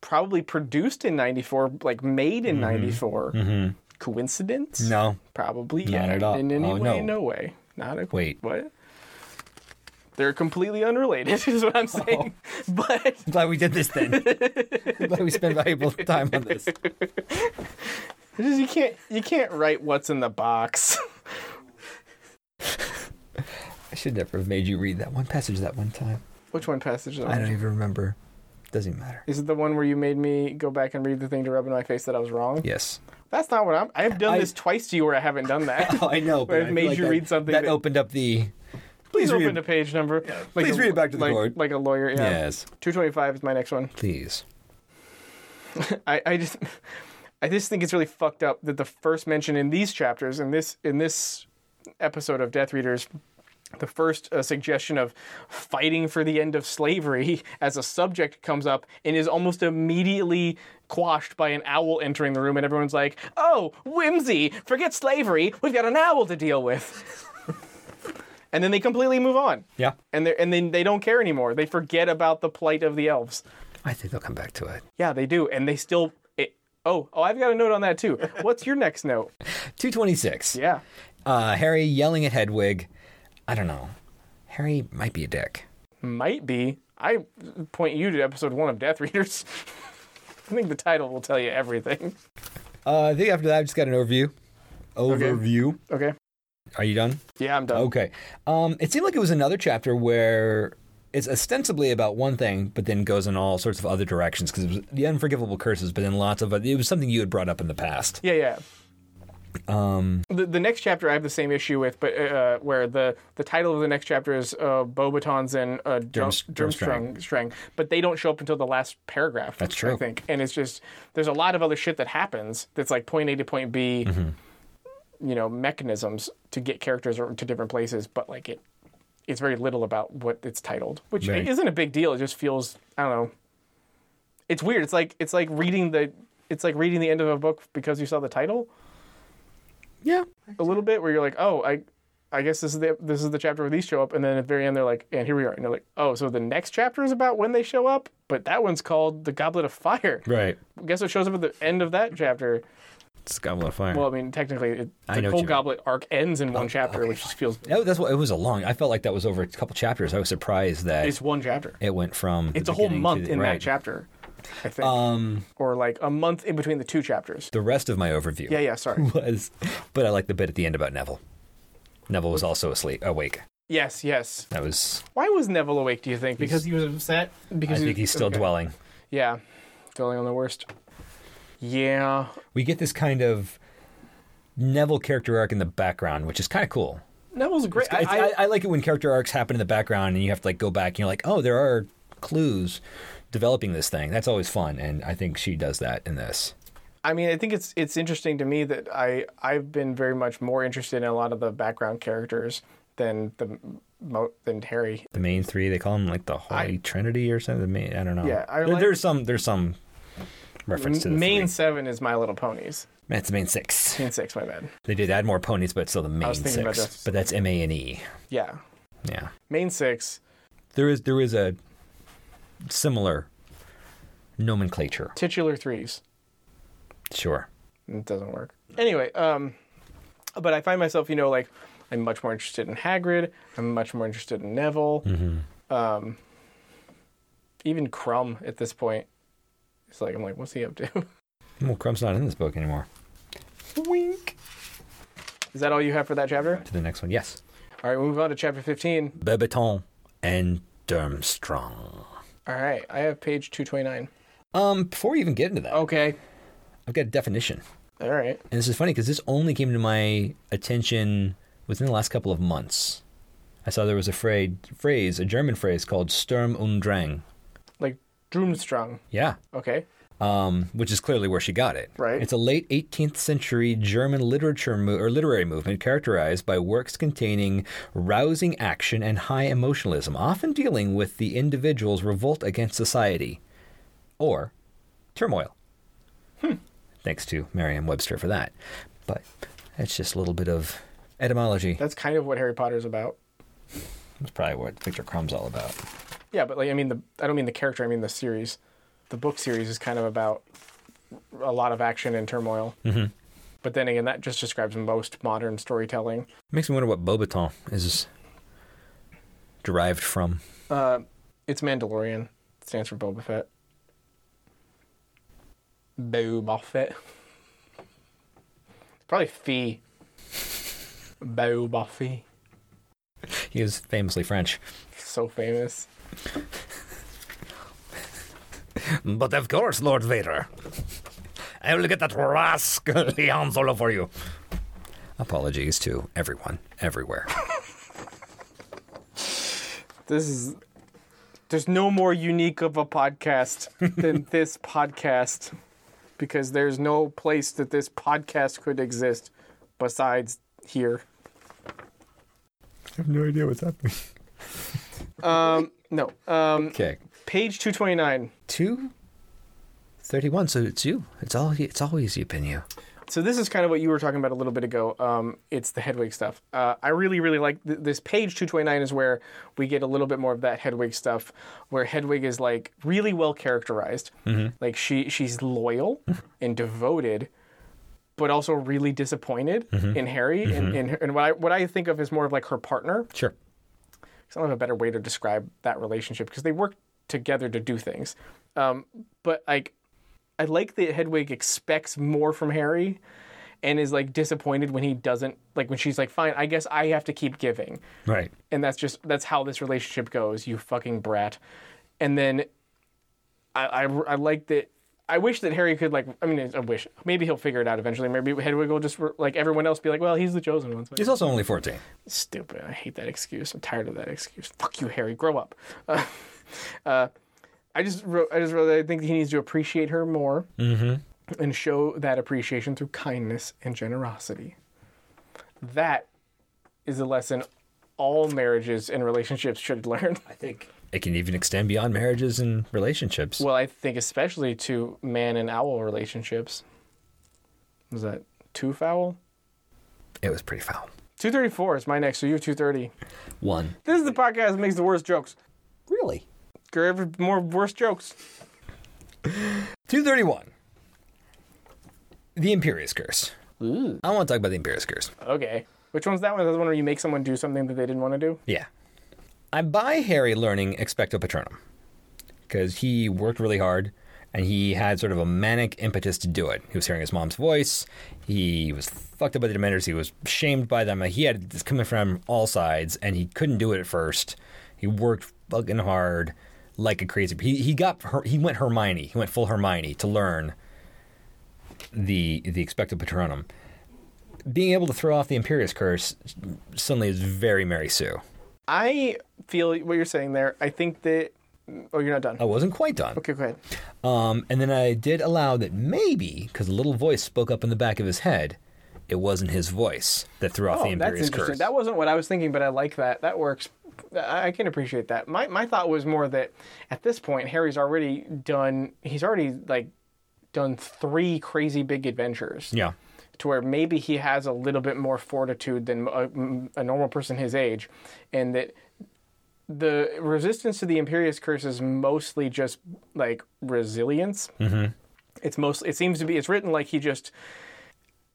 Speaker 1: probably produced in 94, like made in 94. Coincidence?
Speaker 2: Mm-hmm. No.
Speaker 1: Probably
Speaker 2: Not
Speaker 1: yeah.
Speaker 2: at all.
Speaker 1: In any
Speaker 2: Oh,
Speaker 1: way,
Speaker 2: no.
Speaker 1: no. way. Not a
Speaker 2: Wait.
Speaker 1: What? They're completely unrelated, is what I'm
Speaker 2: Oh.
Speaker 1: saying. But
Speaker 2: I'm glad we did this then. I'm glad we spent valuable time on this.
Speaker 1: it's just you can't you can't write what's in the box.
Speaker 2: I should never have made you read that one passage that one time.
Speaker 1: Which one passage? Is,
Speaker 2: I
Speaker 1: it?
Speaker 2: don't even remember. Doesn't matter.
Speaker 1: Is it the one where you made me go back and read the thing to rub in my face that I was wrong?
Speaker 2: Yes.
Speaker 1: That's not what I'm. I've done
Speaker 2: I-
Speaker 1: this twice to you where I haven't done that.
Speaker 2: Oh, I know.
Speaker 1: Where it
Speaker 2: I feel
Speaker 1: made you
Speaker 2: that-
Speaker 1: read something
Speaker 2: that,
Speaker 1: that-
Speaker 2: opened up the.
Speaker 1: please
Speaker 2: read
Speaker 1: open
Speaker 2: it.
Speaker 1: to page number. like
Speaker 2: please
Speaker 1: a-
Speaker 2: read it back to the
Speaker 1: like,
Speaker 2: board.
Speaker 1: Like a lawyer. Yeah.
Speaker 2: Yes.
Speaker 1: 225 is my next one.
Speaker 2: Please.
Speaker 1: I, I just I just think it's really fucked up that the first mention in these chapters in this in this episode of Death Readers the first uh, suggestion of fighting for the end of slavery as a subject comes up and is almost immediately quashed by an owl entering the room and everyone's like oh whimsy forget slavery we've got an owl to deal with and then they completely move on
Speaker 2: Yeah.
Speaker 1: and they and then they don't care anymore they forget about the plight of the elves
Speaker 2: I think they'll come back to it.
Speaker 1: yeah, they do, and they still. It, oh, oh, I've got a note on that too. What's your next note?
Speaker 2: 226.
Speaker 1: Yeah,
Speaker 2: Uh, Harry yelling at Hedwig. I don't know. Harry might be a dick.
Speaker 1: might be. I point you to episode one of Death Readers. I think the title will tell you everything.
Speaker 2: Uh, I think after that, I just got an overview. Overview.
Speaker 1: Okay.
Speaker 2: Are you done?
Speaker 1: Yeah, I'm done.
Speaker 2: Okay. Um, it seemed like it was another chapter where it's ostensibly about one thing, but then goes in all sorts of other directions because it was the unforgivable curses, but then lots of it was something you had brought up in the past.
Speaker 1: Yeah, yeah.
Speaker 2: Um,
Speaker 1: The, the next chapter I have the same issue with, but uh, where the, the title of the next chapter is uh, Bobatons and uh, Drum,
Speaker 2: Drums-
Speaker 1: Drumstrang, Strang, but they don't show up until the last paragraph.
Speaker 2: That's true.
Speaker 1: I think, and it's just there's a lot of other shit that happens that's like point A to point B,
Speaker 2: Mm-hmm.
Speaker 1: you know, mechanisms to get characters or to different places, but like it, it's very little about what it's titled, which
Speaker 2: Right.
Speaker 1: isn't a big deal. It just feels I don't know. It's weird. It's like it's like reading the it's like reading the end of a book because you saw the title
Speaker 2: yeah.
Speaker 1: a little bit where you're like, oh, I, I guess this is the this is the chapter where these show up, and then at the very end they're like, and here we are, and they're like, oh, so the next chapter is about when they show up, but that one's called the Goblet of Fire.
Speaker 2: Right.
Speaker 1: Guess what shows up at the end of that chapter?
Speaker 2: It's got a lot of fire.
Speaker 1: Well, I mean, technically, it,
Speaker 2: I
Speaker 1: the
Speaker 2: know what
Speaker 1: whole
Speaker 2: you mean. Oh,
Speaker 1: Goblet arc ends in one chapter, which just feels
Speaker 2: No, that's what it was a long. I felt like that was over a couple chapters. I was surprised that
Speaker 1: it's one chapter.
Speaker 2: it went from the
Speaker 1: It's a whole
Speaker 2: beginning to
Speaker 1: month
Speaker 2: the-
Speaker 1: in
Speaker 2: right. Um,
Speaker 1: that chapter. I think, or like a month in between the two chapters.
Speaker 2: The rest of my overview
Speaker 1: Yeah, yeah. Sorry.
Speaker 2: was, but I like the bit at the end about Neville. Neville was also asleep, awake.
Speaker 1: yes, yes.
Speaker 2: That was.
Speaker 1: Why was Neville awake? Do you think? Because
Speaker 3: he was upset.
Speaker 1: because
Speaker 2: I
Speaker 1: he-
Speaker 2: think he's still
Speaker 1: okay.
Speaker 2: dwelling.
Speaker 1: Yeah, dwelling on the worst. Yeah,
Speaker 2: We get this kind of Neville character arc in the background, which is kind of cool.
Speaker 1: Neville's great.
Speaker 2: It's-
Speaker 1: I,
Speaker 2: I,
Speaker 1: I,
Speaker 2: I like it when character arcs happen in the background and you have to like go back and you're like, oh, there are clues developing this thing. That's always fun, and I think she does that in this.
Speaker 1: I mean, I think it's it's interesting to me that I I've been very much more interested in a lot of the background characters than the mo- than Harry.
Speaker 2: The main three, they call them like the Holy Trinity or something. The main, I don't know.
Speaker 1: Yeah, I
Speaker 2: There-
Speaker 1: like-
Speaker 2: there's some there's some reference to the
Speaker 1: main
Speaker 2: main.
Speaker 1: seven is My Little Ponies.
Speaker 2: That's the main six.
Speaker 1: Main six, my bad.
Speaker 2: They did add more ponies, but it's still the main
Speaker 1: was thinking about
Speaker 2: six.
Speaker 1: this.
Speaker 2: But that's M A N E.
Speaker 1: Yeah,
Speaker 2: Yeah.
Speaker 1: main six.
Speaker 2: There is there is a similar nomenclature.
Speaker 1: Titular threes.
Speaker 2: Sure.
Speaker 1: It doesn't work. Anyway, um, but I find myself, you know, like I'm much more interested in Hagrid. I'm much more interested in Neville. Um, even Crumb at this point. It's like I'm like, what's he up to?
Speaker 2: Well, Crumb's not in this book anymore.
Speaker 1: Wink. Is that all you have for that chapter?
Speaker 2: To the next one, yes.
Speaker 1: All right, we move on to chapter 15.
Speaker 2: Bebeton and Durmstrong.
Speaker 1: All right, I have page 229.
Speaker 2: Um, before we even get into that,
Speaker 1: Okay.
Speaker 2: I've got a definition.
Speaker 1: All right.
Speaker 2: And this is funny because this only came to my attention within the last couple of months. I saw there was a phrase, phrase a German phrase called Sturm und Drang.
Speaker 1: Like Drumstrung.
Speaker 2: Yeah.
Speaker 1: Okay.
Speaker 2: Um, which is clearly where she got it.
Speaker 1: Right.
Speaker 2: It's a late 18th century German literature mo- or literary movement characterized by works containing rousing action and high emotionalism, often dealing with the individual's revolt against society or turmoil. Thanks to Merriam-Webster for that. But that's just a little bit of etymology.
Speaker 1: That's kind of what Harry Potter's about.
Speaker 2: That's probably what Victor Crumb's all about.
Speaker 1: Yeah, but like I mean the I don't mean the character, I mean the series. The book series is kind of about a lot of action and turmoil. Mm-hmm. But then again, that just describes most modern storytelling.
Speaker 2: Makes me wonder what Bobaton is derived from.
Speaker 1: Uh, it's Mandalorian. It stands for Boba Fett. Boba Fett. Probably Fee. Boba Fee.
Speaker 2: He is famously French.
Speaker 1: So famous.
Speaker 2: But of course, Lord Vader. I will get that rascally Han Solo for you. Apologies to everyone, everywhere.
Speaker 1: This is. There's no more unique of a podcast than this podcast because there's no place that this podcast could exist besides here.
Speaker 2: I have no idea what's happening.
Speaker 1: Um, no. Um,
Speaker 2: Okay,
Speaker 1: page 229.
Speaker 2: two thirty-one. So it's you. It's all. It's always you, been you.
Speaker 1: so this is kind of what you were talking about a little bit ago. Um, it's the Hedwig stuff. Uh, I really, really like th- this page 229 is where we get a little bit more of that Hedwig stuff, where Hedwig is like really well characterized. Like she she's loyal and devoted, but also really disappointed in Harry and, and, her- and what I what I think of is more of like her partner.
Speaker 2: Sure.
Speaker 1: I don't have a better way to describe that relationship because they work together to do things. Um, but like, I like that Hedwig expects more from Harry, and is like disappointed when he doesn't. Like when she's like, "Fine, I guess I have to keep giving,"
Speaker 2: Right.
Speaker 1: and that's just that's how this relationship goes. You fucking brat. And then, I I, I like that. I wish that Harry could like. I mean, I wish maybe he'll figure it out eventually. Maybe Hedwig will just like everyone else be like, "Well, he's the chosen one." so
Speaker 2: He's also only fourteen.
Speaker 1: Stupid. I hate that excuse. I'm tired of that excuse. Fuck you, Harry. Grow up. Uh, uh, I just wrote. I just wrote. That I think he needs to appreciate her more
Speaker 2: Mm-hmm.
Speaker 1: and show that appreciation through kindness and generosity. That is a lesson all marriages and relationships should learn.
Speaker 2: I think it can even extend beyond marriages and relationships.
Speaker 1: Well, I think especially to man and owl relationships. Was that too foul?
Speaker 2: It was pretty foul.
Speaker 1: Two thirty four is my next. So you have two thirty.
Speaker 2: One.
Speaker 1: This is the podcast that makes the worst jokes.
Speaker 2: Really.
Speaker 1: There are ever more worse jokes.
Speaker 2: Two thirty-one. The Imperious Curse. I want to talk about the Imperious Curse.
Speaker 1: Okay. Which one's that one? That's the one where you make someone do something that they didn't want to do?
Speaker 2: Yeah. I buy Harry learning expecto patronum because he worked really hard and he had sort of a manic impetus to do it. He was hearing his mom's voice. He was fucked up by the Dementors. He was shamed by them. He had this coming from all sides, and he couldn't do it at first. He worked fucking hard, like a crazy. He he got her, he went Hermione. He went full Hermione to learn the the expected patronum. Being able to throw off the Imperius curse suddenly is very Mary Sue.
Speaker 1: I feel what you're saying there. I think that. Oh, you're not done.
Speaker 2: I wasn't quite done.
Speaker 1: Okay, go ahead.
Speaker 2: Um, and then I did allow that maybe, because a little voice spoke up in the back of his head, it wasn't his voice that threw off the
Speaker 1: Oh, that's
Speaker 2: Imperius
Speaker 1: interesting.
Speaker 2: curse.
Speaker 1: That wasn't what I was thinking, but I like that. That works. I I can appreciate that. My my thought was more that at this point Harry's already done. He's already like done three crazy big adventures.
Speaker 2: yeah.
Speaker 1: to where maybe he has a little bit more fortitude than uh, a, a normal person his age, and that the resistance to the Imperious Curse is mostly just like resilience. Mm-hmm. It's mostly it seems to be it's written like he just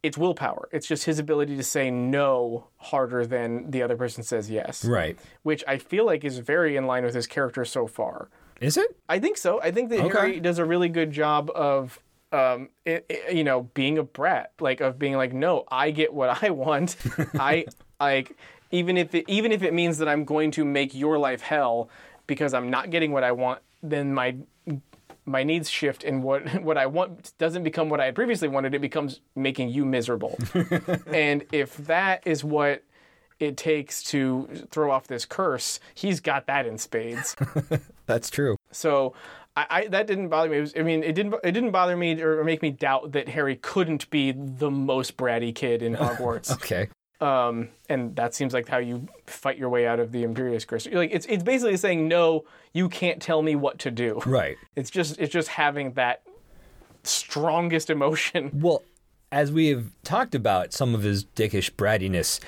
Speaker 1: it's willpower. It's just his ability to say no harder than the other person says yes,
Speaker 2: Right.
Speaker 1: which I feel like is very in line with his character so far.
Speaker 2: Is it?
Speaker 1: I think so. I think that
Speaker 2: Okay.
Speaker 1: Harry does a really good job of, um, i i you know, being a brat, like of being like, no, I get what I want. I like even if it, even if it means that I'm going to make your life hell because I'm not getting what I want, then my my needs shift and what what I want doesn't become what I had previously wanted. It becomes making you miserable. and if that is what it takes to throw off this curse, he's got that in spades.
Speaker 2: That's true.
Speaker 1: So I, I that didn't bother me. It was, I mean, it didn't it didn't bother me or make me doubt that Harry couldn't be the most bratty kid in Hogwarts.
Speaker 2: Okay.
Speaker 1: um, and that seems like how you fight your way out of the Imperious Curse. Like it's it's basically saying no, you can't tell me what to do.
Speaker 2: Right.
Speaker 1: It's just it's just having that strongest emotion.
Speaker 2: Well, as we have talked about, some of his dickish brattiness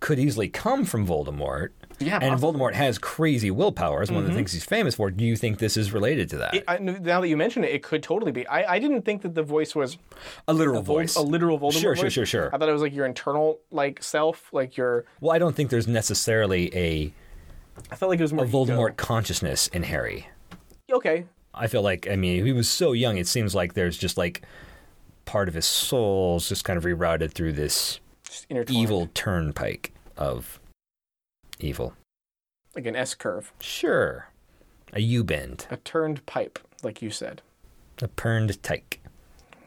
Speaker 2: could easily come from Voldemort.
Speaker 1: Yeah, Mm-hmm.
Speaker 2: And Voldemort has crazy willpower, is one of the things he's famous for. Do you think this is related to that?
Speaker 1: I, now that you mention it, it could totally be. I, I didn't think that the voice was
Speaker 2: a literal voice.
Speaker 1: a literal Voldemort.
Speaker 2: Sure, sure,
Speaker 1: voice.
Speaker 2: sure, sure.
Speaker 1: I thought it was like your internal like self, like your.
Speaker 2: well, I don't think there's necessarily a
Speaker 1: I felt like it was more ego.
Speaker 2: Voldemort consciousness in Harry.
Speaker 1: Okay,
Speaker 2: I feel like I mean he was so young. It seems like there's just like part of his soul's just kind of rerouted through this
Speaker 1: just intertwined.
Speaker 2: evil turnpike of evil.
Speaker 1: like an S curve,
Speaker 2: Sure, a U bend,
Speaker 1: a turned pipe, like you said.
Speaker 2: a perned tyke.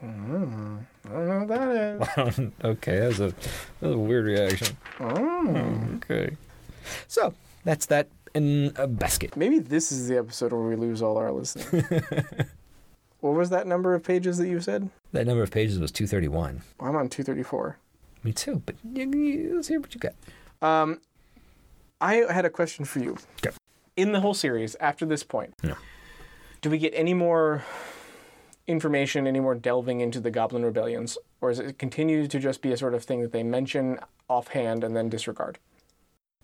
Speaker 1: Mm, I don't know what that is.
Speaker 2: okay, that was a that was a weird reaction.
Speaker 1: Mm.
Speaker 2: Okay, so that's that in a basket.
Speaker 1: Maybe this is the episode where we lose all our listeners. what was that number of pages that you said?
Speaker 2: That number of pages was two thirty one.
Speaker 1: Well, I'm on 234.
Speaker 2: Me too, but y- y- let's hear what you got.
Speaker 1: Um, I had a question for you.
Speaker 2: Okay.
Speaker 1: In the whole series, after this point,
Speaker 2: Yeah.
Speaker 1: do we get any more information, any more delving into the Goblin rebellions, or is it continue to just be a sort of thing that they mention offhand and then disregard?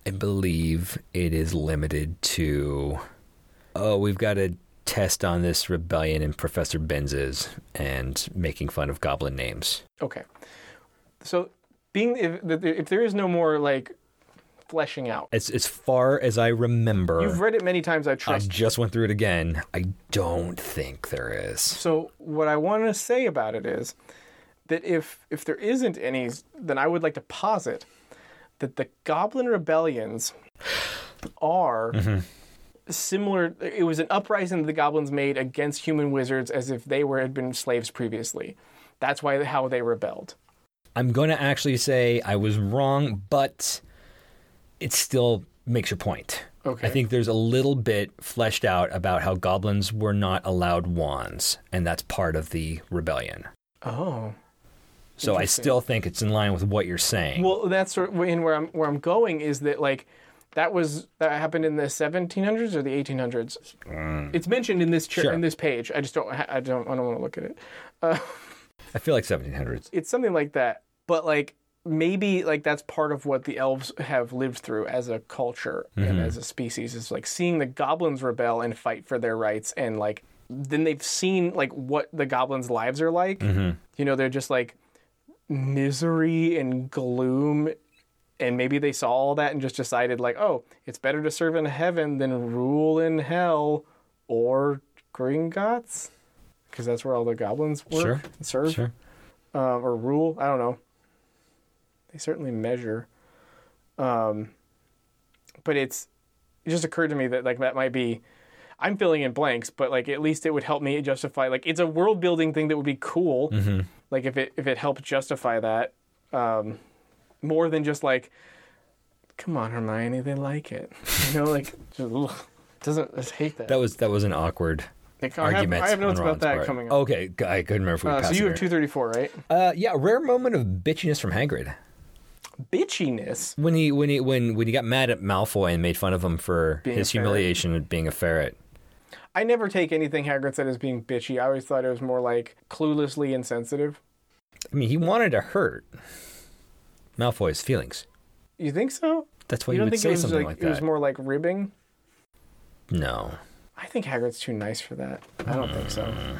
Speaker 2: I believe it is limited to. Oh, we've got a test on this rebellion and Professor Benz's and making fun of goblin names.
Speaker 1: Okay. So being if, if there is no more like fleshing out.
Speaker 2: As as far as I remember,
Speaker 1: You've read it many times, I
Speaker 2: I
Speaker 1: trust.
Speaker 2: just went through it again. I don't think there is.
Speaker 1: so what I want to say about it is that if if there isn't any, then I would like to posit that the Goblin rebellions are
Speaker 2: Mm-hmm.
Speaker 1: similar. It was an uprising that the goblins made against human wizards, as if they were had been slaves previously. That's why how they rebelled.
Speaker 2: I'm going to actually say I was wrong, but it still makes your point.
Speaker 1: Okay.
Speaker 2: I think there's a little bit fleshed out about how goblins were not allowed wands, and that's part of the rebellion.
Speaker 1: Oh.
Speaker 2: So I
Speaker 1: Interesting.
Speaker 2: still think it's in line with what you're saying.
Speaker 1: Well, that's sort of in where I'm where I'm going is that like that was that happened in the 1700s or the 1800s. It's mentioned in this chair
Speaker 2: Sure.
Speaker 1: in this page. I just don't ha- I don't I don't want to look at it.
Speaker 2: I feel like 1700s.
Speaker 1: It's something like that. But like maybe like that's part of what the elves have lived through as a culture
Speaker 2: Mm-hmm.
Speaker 1: and as a species is like seeing the goblins rebel and fight for their rights and like then they've seen like what the goblins lives are like.
Speaker 2: Mm-hmm.
Speaker 1: You know, they're just like misery and gloom and maybe they saw all that and just decided like oh it's better to serve in heaven than rule in hell or gringotts because that's where all the goblins work,
Speaker 2: Sure.
Speaker 1: and serve,
Speaker 2: Sure.
Speaker 1: uh, or rule. I don't know. They certainly measure. Um, but it's it just occurred to me that like that might be. I'm filling in blanks, but like at least it would help me justify. Like it's a world building thing that would be cool.
Speaker 2: Mm-hmm.
Speaker 1: Like if it if it helped justify that, um, more than just like, come on Hermione, they like it. You know, like just, ugh, doesn't I just hate that.
Speaker 2: That was that was an awkward
Speaker 1: Like, I have-
Speaker 2: argument.
Speaker 1: I have notes
Speaker 2: on
Speaker 1: about
Speaker 2: Ron's
Speaker 1: that
Speaker 2: part. Oh,
Speaker 1: coming up.
Speaker 2: Okay, g- I couldn't remember if we
Speaker 1: Uh, so
Speaker 2: passed
Speaker 1: you have
Speaker 2: it or-
Speaker 1: 234, right?
Speaker 2: Uh, yeah, rare moment of bitchiness from Hagrid
Speaker 1: Bitchiness.
Speaker 2: when he when he when when he got mad at Malfoy and made fun of him for
Speaker 1: Being
Speaker 2: his
Speaker 1: a ferret.
Speaker 2: humiliation of being a ferret.
Speaker 1: I never take anything Hagrid said as being bitchy. I always thought it was more like cluelessly insensitive.
Speaker 2: I mean, he wanted to hurt Malfoy's feelings.
Speaker 1: You think so?
Speaker 2: That's why
Speaker 1: you
Speaker 2: you,
Speaker 1: don't
Speaker 2: would
Speaker 1: think
Speaker 2: say
Speaker 1: it was
Speaker 2: something
Speaker 1: like,
Speaker 2: like
Speaker 1: it
Speaker 2: that.
Speaker 1: was more like ribbing?
Speaker 2: No,
Speaker 1: I think Hagrid's too nice for that. I don't think so.
Speaker 2: Uh.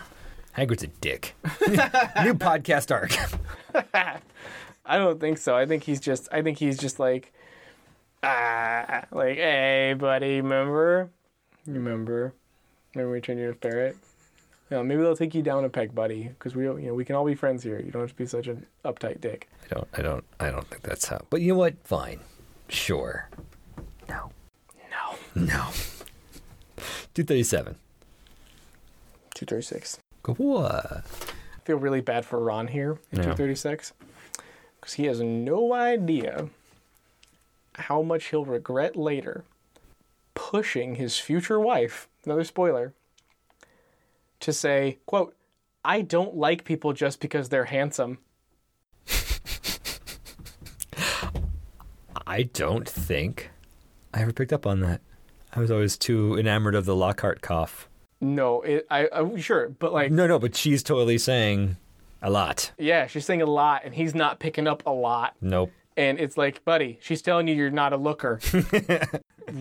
Speaker 2: Hagrid's a dick. New podcast arc.
Speaker 1: I don't think so. I think he's just. I think he's just like, ah, like hey, buddy, remember, remember, remember we turned you into a ferret. You know, maybe they'll take you down a peg, buddy, because we, you know, we can all be friends here. You don't have to be such an uptight dick.
Speaker 2: I don't. I don't. I don't think that's how. But you know what? Fine. Sure. No.
Speaker 1: No.
Speaker 2: No. Two thirty-seven.
Speaker 1: Two thirty six.
Speaker 2: What?
Speaker 1: I feel really bad for Ron here in
Speaker 2: Yeah.
Speaker 1: two thirty six, because he has no idea how much he'll regret later pushing his future wife. Another spoiler. To say, quote, "I don't like people just because they're handsome."
Speaker 2: I don't think I ever picked up on that. I was always too enamored of the Lockhart cough.
Speaker 1: No, it, I, I sure, but like,
Speaker 2: No, no, but she's totally saying a lot.
Speaker 1: yeah, she's saying a lot, and he's not picking up a lot.
Speaker 2: Nope.
Speaker 1: and it's like, buddy, she's telling you you're not a looker.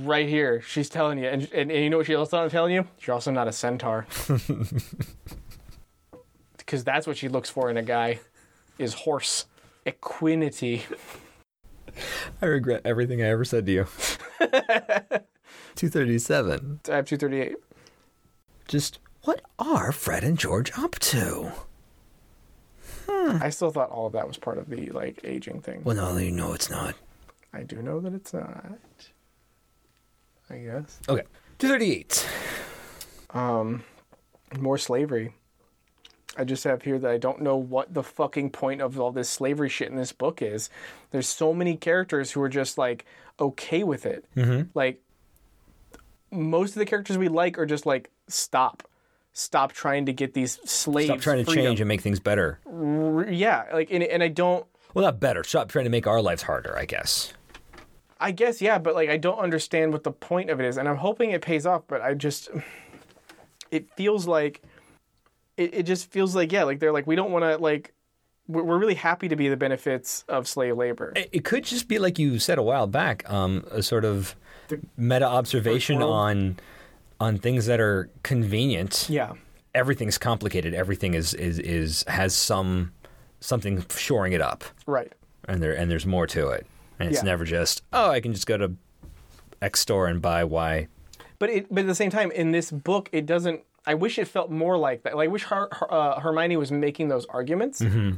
Speaker 1: right here, she's telling you, and, and, and you know what she's also telling you? You're also not a centaur, because that's what she looks for in a guy, is horse equinity.
Speaker 2: I regret everything I ever said to you. 237.
Speaker 1: I have two thirty eight.
Speaker 2: Just what are Fred and George up to?
Speaker 1: I still thought all of that was part of the like aging thing.
Speaker 2: Well, no, you know it's not.
Speaker 1: I do know that it's not. I guess.
Speaker 2: Okay. 238.
Speaker 1: Um, more slavery. I just have here that I don't know what the fucking point of all this slavery shit in this book is. There's so many characters who are just like okay with it.
Speaker 2: Mm-hmm.
Speaker 1: Like most of the characters we like are just like stop, stop trying to get these slaves.
Speaker 2: Stop trying to
Speaker 1: freedom.
Speaker 2: change and make things better.
Speaker 1: R- Yeah, like and, and I don't.
Speaker 2: Well, not better. Stop trying to make our lives harder, I guess.
Speaker 1: I guess yeah, but like I don't understand what the point of it is, and I'm hoping it pays off. But I just, it feels like, it, it just feels like yeah, like they're like we don't want to like, we're, we're really happy to be the benefits of slave labor.
Speaker 2: It it could just be like you said a while back, um, a sort of meta observation
Speaker 1: First world.
Speaker 2: on on things that are convenient.
Speaker 1: Yeah,
Speaker 2: Everything's complicated. Everything is is is has some something shoring it up,
Speaker 1: right.
Speaker 2: and there and there's more to it. And it's
Speaker 1: Yeah.
Speaker 2: never just oh, I can just go to X store and buy Y.
Speaker 1: But it, but at the same time, in this book, it doesn't. I wish it felt more like that. Like I wish Her, Her- uh, Hermione was making those arguments,
Speaker 2: Mm-hmm.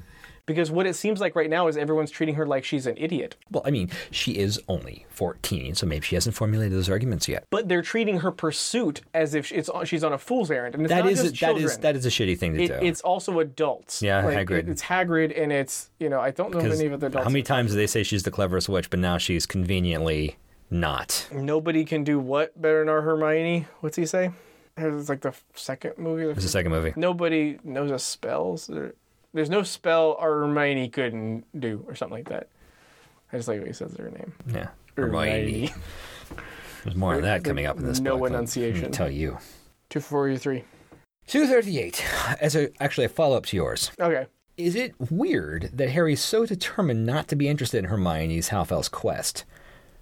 Speaker 1: because what it seems like right now is everyone's treating her like she's an idiot.
Speaker 2: Well, I mean, she is only fourteen, so maybe she hasn't formulated those arguments yet.
Speaker 1: But they're treating her pursuit as if it's on- she's on a fool's errand, and it's
Speaker 2: That
Speaker 1: not
Speaker 2: is
Speaker 1: just
Speaker 2: that
Speaker 1: children.
Speaker 2: is that is a shitty thing to
Speaker 1: it,
Speaker 2: do.
Speaker 1: it's also adults.
Speaker 2: Yeah,
Speaker 1: Like,
Speaker 2: Hagrid.
Speaker 1: it- It's Hagrid, and it's you know I don't know
Speaker 2: 'Cause
Speaker 1: many of the adults.
Speaker 2: how many times do they say she's the cleverest witch, but now she's conveniently not?
Speaker 1: Nobody can do what better than our Hermione. What's he say? It's like the second movie. The
Speaker 2: It's the second movie.
Speaker 1: Nobody knows a spell. so there- there's no spell our Hermione couldn't do, or something like that. I just like what he says her name.
Speaker 2: Yeah. Hermione. There's more on that coming up in this
Speaker 1: No
Speaker 2: book. let me
Speaker 1: enunciation.
Speaker 2: Tell you.
Speaker 1: Two four three.
Speaker 2: 238. As a, actually a follow up to yours.
Speaker 1: Okay.
Speaker 2: Is it weird that Harry's so determined not to be interested in Hermione's half elf's quest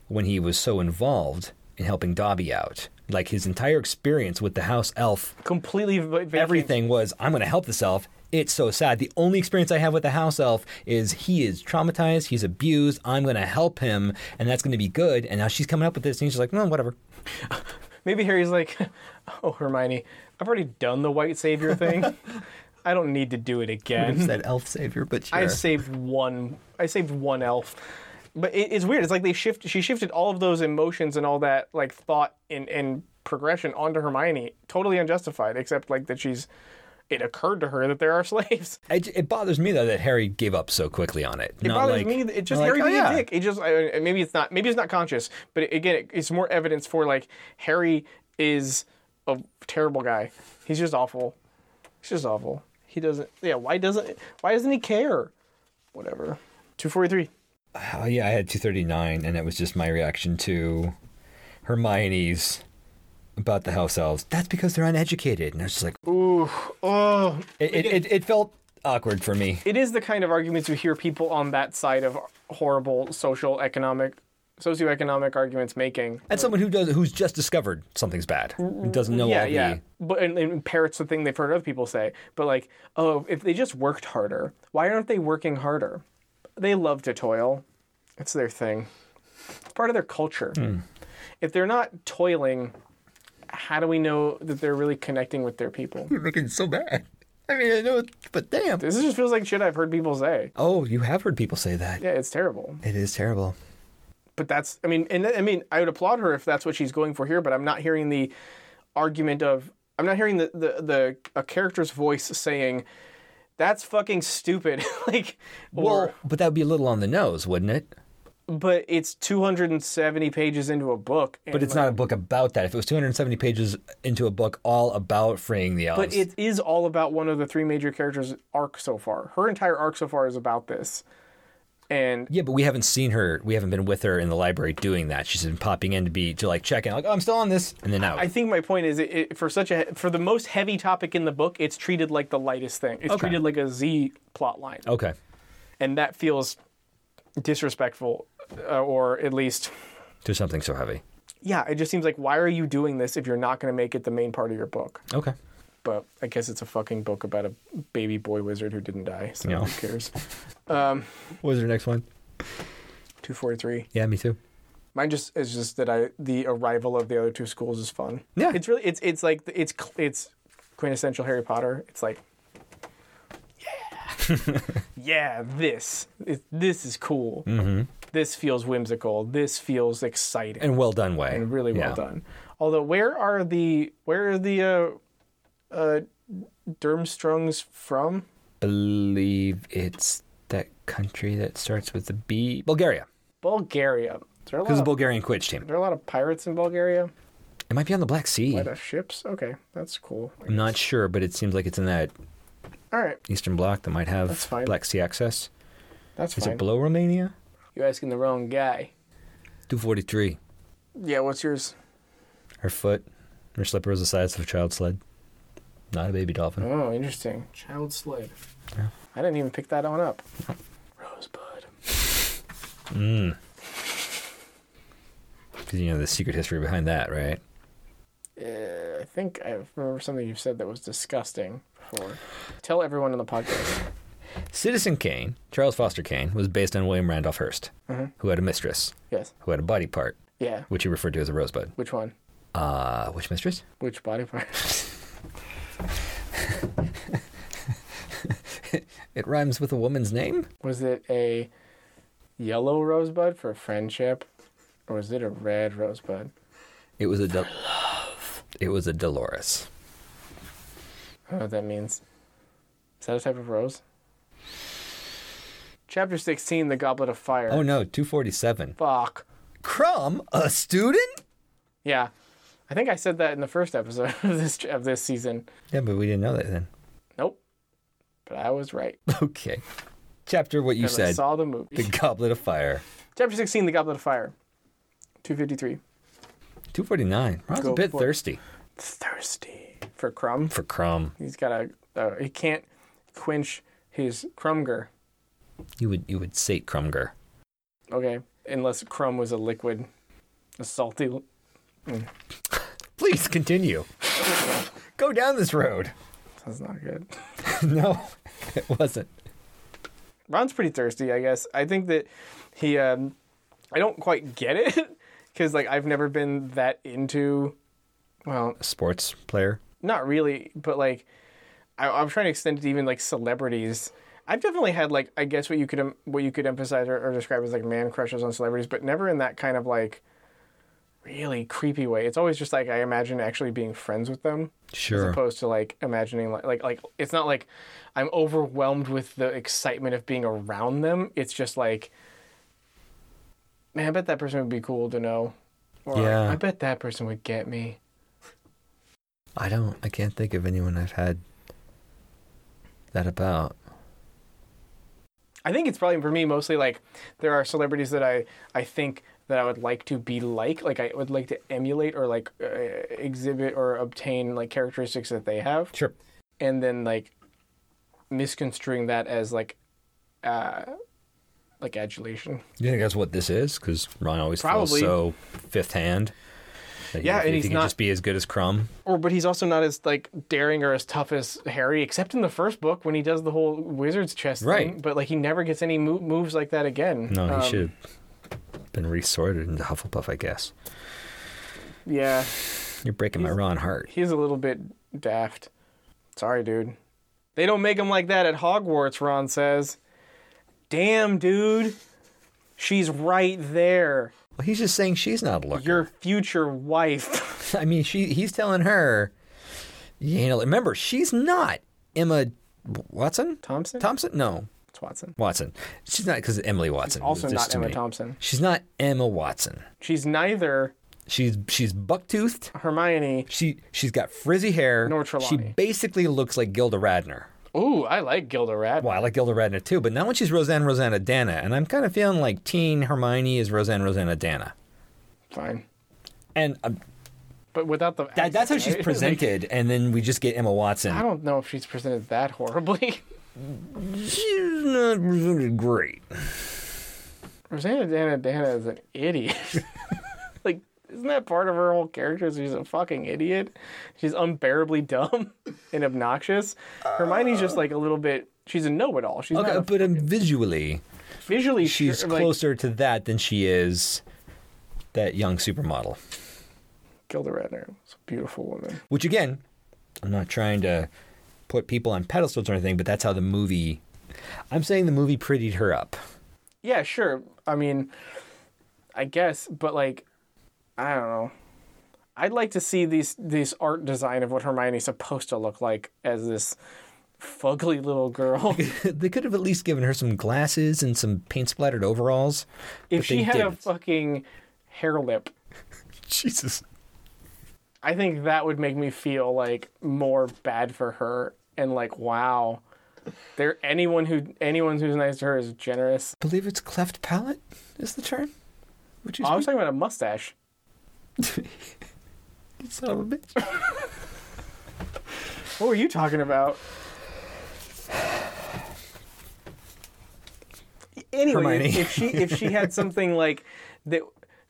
Speaker 2: when he was so involved in helping Dobby out? Like his entire experience with the house elf,
Speaker 1: Completely. va- vacant.
Speaker 2: everything was, I'm going to help this elf. It's so sad. The only experience I have with the house elf is he is traumatized, he's abused, I'm going to help him, and that's going to be good. And now she's coming up with this, and he's just like, no, whatever.
Speaker 1: Maybe Harry's like, oh, Hermione, I've already done the white savior thing. I don't need to do it
Speaker 2: It's
Speaker 1: again.
Speaker 2: that elf savior, but sure.
Speaker 1: I saved one. I saved one elf. But it, it's weird. It's like they shift. She shifted all of those emotions and all that like thought and and progression onto Hermione, totally unjustified. Except like that she's. It occurred to her that there are slaves.
Speaker 2: It, it bothers me though that Harry gave up so quickly on it.
Speaker 1: It
Speaker 2: Not
Speaker 1: bothers
Speaker 2: like,
Speaker 1: me. that It just
Speaker 2: not
Speaker 1: Harry
Speaker 2: like,
Speaker 1: being
Speaker 2: oh, yeah.
Speaker 1: a dick. It just I, I- maybe it's not maybe it's not conscious, but it- again, it, it's more evidence for like Harry is a terrible guy. He's just awful. He's just awful. He doesn't. Yeah. Why doesn't Why doesn't he care? Whatever. Two forty three.
Speaker 2: Oh yeah, I had 239, and it was just my reaction to Hermione's about the house elves. That's because they're uneducated, and I was just like,
Speaker 1: Ooh. Oh.
Speaker 2: it, it, it, it felt awkward for me.
Speaker 1: It is the kind of arguments you hear people on that side of horrible social economic socioeconomic arguments making.
Speaker 2: And someone who does who's just discovered something's bad and doesn't know all
Speaker 1: yeah,
Speaker 2: the
Speaker 1: yeah. But and, and parrots the thing they've heard other people say. But like, oh, if they just worked harder, why aren't they working harder? They love to toil. It's their thing. It's part of their culture. If they're not toiling, how do we know that they're really connecting with their people?
Speaker 2: You're making so bad. I mean, I know, but damn.
Speaker 1: This just feels like shit I've heard people say.
Speaker 2: Oh, you have heard people say that.
Speaker 1: Yeah, it's terrible.
Speaker 2: It is terrible.
Speaker 1: but that's I mean and I mean I would applaud her if that's what she's going for here but I'm not hearing the argument of I'm not hearing the the, the a character's voice saying that's fucking stupid like
Speaker 2: Well, but that would be a little on the nose, wouldn't it?
Speaker 1: or, but it's 270 pages into a book and
Speaker 2: But it's not a book about that. If it was 270 pages into a book all about freeing the elves,
Speaker 1: but it is all about one of the three major characters arc so far her entire arc so far is about this and
Speaker 2: Yeah, but we haven't seen her. We haven't been with her in the library doing that. She's been popping in to be to like check in, like, oh, I'm still on this, and then out.
Speaker 1: I think my point is, it, it, for such a for the most heavy topic in the book, it's treated like the lightest thing. It's
Speaker 2: Okay.
Speaker 1: treated like a Z plot line.
Speaker 2: okay,
Speaker 1: and that feels disrespectful uh, or at least
Speaker 2: to something so heavy.
Speaker 1: yeah it just seems like why are you doing this if you're not going to make it the main part of your book
Speaker 2: Okay,
Speaker 1: but i guess it's a fucking book about a baby boy wizard who didn't die so
Speaker 2: Yeah.
Speaker 1: who cares
Speaker 2: what was her next one?
Speaker 1: 243
Speaker 2: Yeah, me too.
Speaker 1: mine just is just that i the arrival of the other two schools is fun
Speaker 2: Yeah.
Speaker 1: it's really it's it's like it's cl- it's quintessential harry potter it's like yeah yeah this it, this is cool
Speaker 2: Mm-hmm.
Speaker 1: this feels whimsical this feels exciting
Speaker 2: And well done, way.
Speaker 1: and really well
Speaker 2: Yeah.
Speaker 1: done. Although, where are the where are the uh, uh, Durmstrungs from?
Speaker 2: Believe it's that country that starts with the B, Bulgaria,
Speaker 1: Bulgaria. Is there, a lot
Speaker 2: because the
Speaker 1: of,
Speaker 2: Bulgarian Quidditch team.
Speaker 1: there are a lot of pirates in Bulgaria.
Speaker 2: It might be on the Black Sea.
Speaker 1: By the ships. Okay, that's cool.
Speaker 2: I'm not sure, but it seems like it's in that
Speaker 1: All right,
Speaker 2: Eastern Bloc that might
Speaker 1: That's
Speaker 2: have
Speaker 1: fine.
Speaker 2: Black Sea access.
Speaker 1: that's
Speaker 2: Is
Speaker 1: fine.
Speaker 2: it below Romania?
Speaker 1: You're asking the wrong guy.
Speaker 2: 243.
Speaker 1: Yeah, what's yours?
Speaker 2: Her foot, her slipper was the size of a child sled. Not a baby dolphin.
Speaker 1: Oh, interesting. Child slave. I didn't even pick that one up. Rosebud.
Speaker 2: Because you know the secret history behind that, right?
Speaker 1: Uh, I think I remember something you said that was disgusting before. Tell everyone on the podcast.
Speaker 2: Citizen Kane, Charles Foster Kane, was based on William Randolph Hearst,
Speaker 1: Uh-huh.
Speaker 2: who had a mistress,
Speaker 1: Yes.
Speaker 2: who had a body part,
Speaker 1: Yeah.
Speaker 2: which he referred to as a rosebud.
Speaker 1: Which one?
Speaker 2: Uh, which mistress?
Speaker 1: Which body part?
Speaker 2: It rhymes with a woman's name?
Speaker 1: Was it a yellow rosebud for friendship, or was it a red rosebud?
Speaker 2: It was a. Del- it was a Dolores.
Speaker 1: I don't know what that means. Is that a type of rose? Chapter 16 The Goblet of Fire.
Speaker 2: Oh no, 247.
Speaker 1: Fuck.
Speaker 2: Crumb, a student?
Speaker 1: Yeah. I think I said that in the first episode of this of this season.
Speaker 2: Yeah, but we didn't know that then.
Speaker 1: Nope. But I was right.
Speaker 2: Okay. Chapter what you
Speaker 1: And I
Speaker 2: said.
Speaker 1: saw the movie.
Speaker 2: The Goblet of Fire.
Speaker 1: Chapter 16 The Goblet of Fire. 253.
Speaker 2: 249. Ron's a
Speaker 1: Go
Speaker 2: bit
Speaker 1: for it.
Speaker 2: thirsty
Speaker 1: Thirsty for crumb.
Speaker 2: for crumb.
Speaker 1: He's got a uh, he can't quench his crumger.
Speaker 2: You would you would say Crumger.
Speaker 1: Okay, unless crumb was a liquid, a salty.
Speaker 2: Please continue. Go down this road.
Speaker 1: That's not good.
Speaker 2: no, it wasn't.
Speaker 1: Ron's pretty thirsty, I guess. I think that he, um, I don't quite get it because like I've never been that into Well,
Speaker 2: a sports player?
Speaker 1: not really, but like I, I'm trying to extend it to even like celebrities. I've definitely had like I guess what you could em- what you could emphasize or, or describe as like man crushes on celebrities, but never in that kind of like really creepy way. It's always just like I imagine actually being friends with them.
Speaker 2: Sure.
Speaker 1: As opposed to like imagining like, like like it's not like I'm overwhelmed with the excitement of being around them. It's just like man, I bet that person would be cool to know. Or like,
Speaker 2: Yeah.
Speaker 1: I bet that person would get me.
Speaker 2: I don't. I can't think of anyone I've had that about.
Speaker 1: I think it's probably for me mostly like there are celebrities that I I think that I would like to be like, like I would like to emulate or like uh, exhibit or obtain like characteristics that they have,
Speaker 2: Sure.
Speaker 1: and then like misconstruing that as like uh like adulation.
Speaker 2: Do you think that's what this is? Because Ron always
Speaker 1: Probably.
Speaker 2: feels so fifth hand. That
Speaker 1: Yeah,
Speaker 2: if
Speaker 1: and
Speaker 2: he
Speaker 1: he's
Speaker 2: can
Speaker 1: not-
Speaker 2: just be as good as Crumb.
Speaker 1: Or but he's also not as like daring or as tough as Harry, except in the first book when he does the whole wizard's chest thing.
Speaker 2: Right.
Speaker 1: But like he never gets any mo- moves like that again.
Speaker 2: No, he
Speaker 1: Um,
Speaker 2: should have been resorted into Hufflepuff, I guess.
Speaker 1: Yeah.
Speaker 2: You're breaking my Ron heart.
Speaker 1: He's a little bit daft. Sorry, dude. They don't make him like that at Hogwarts, Ron says. Damn, dude. She's right there.
Speaker 2: Well, he's just saying she's not looking.
Speaker 1: Your future wife.
Speaker 2: I mean, she he's telling her, you ain't a- remember, she's not Emma Watson?
Speaker 1: Thompson?
Speaker 2: Thompson? No,
Speaker 1: It's Watson.
Speaker 2: Watson. She's not because Emily Watson.
Speaker 1: Also
Speaker 2: There's
Speaker 1: not
Speaker 2: too
Speaker 1: Emma
Speaker 2: many.
Speaker 1: Thompson.
Speaker 2: She's not Emma Watson.
Speaker 1: She's neither
Speaker 2: She's she's bucktoothed.
Speaker 1: Hermione.
Speaker 2: She she's got frizzy hair.
Speaker 1: Nor
Speaker 2: She
Speaker 1: Trelawney.
Speaker 2: basically looks like Gilda Radner.
Speaker 1: Ooh, I like Gilda Radner.
Speaker 2: Well, I like Gilda Radner too, but not when she's Roseanne Rosanna Dana, and I'm kind of feeling like teen Hermione is Roseanne Rosanna Dana,
Speaker 1: Fine.
Speaker 2: and um,
Speaker 1: But without the.
Speaker 2: that, that's how
Speaker 1: accent,
Speaker 2: she's
Speaker 1: right?
Speaker 2: presented, and then we just get Emma Watson.
Speaker 1: Like, I don't know if she's presented that horribly.
Speaker 2: She's not presented great.
Speaker 1: Rosanna Dana Dana is an idiot. like, isn't that part of her whole character? Is she's a fucking idiot. She's unbearably dumb and obnoxious. Hermione's just like a little bit. She's a know-it-all. She's
Speaker 2: Okay,
Speaker 1: not a-
Speaker 2: but um, visually,
Speaker 1: visually
Speaker 2: she's
Speaker 1: sure, like
Speaker 2: closer to that than she is that young supermodel.
Speaker 1: Gilda Radner. It's a beautiful woman.
Speaker 2: Which again, I'm not trying to put people on pedestals or anything, but that's how the movie. I'm saying the movie prettied her up.
Speaker 1: Yeah, sure. I mean, I guess, but like, I don't know. I'd like to see these this art design of what Hermione's supposed to look like as this fugly little girl.
Speaker 2: they could have at least given her some glasses and some paint splattered overalls.
Speaker 1: if
Speaker 2: but
Speaker 1: she
Speaker 2: they
Speaker 1: had a
Speaker 2: didn't.
Speaker 1: fucking hair lip,
Speaker 2: Jesus.
Speaker 1: I think that would make me feel like more bad for her and like wow. There anyone who anyone who's nice to her is generous.
Speaker 2: believe it's cleft palate is the term. Which is
Speaker 1: Oh, I was talking about a mustache.
Speaker 2: son of a bitch.
Speaker 1: What were you talking about? Anyway,
Speaker 2: Hermione.
Speaker 1: if she if she had something like that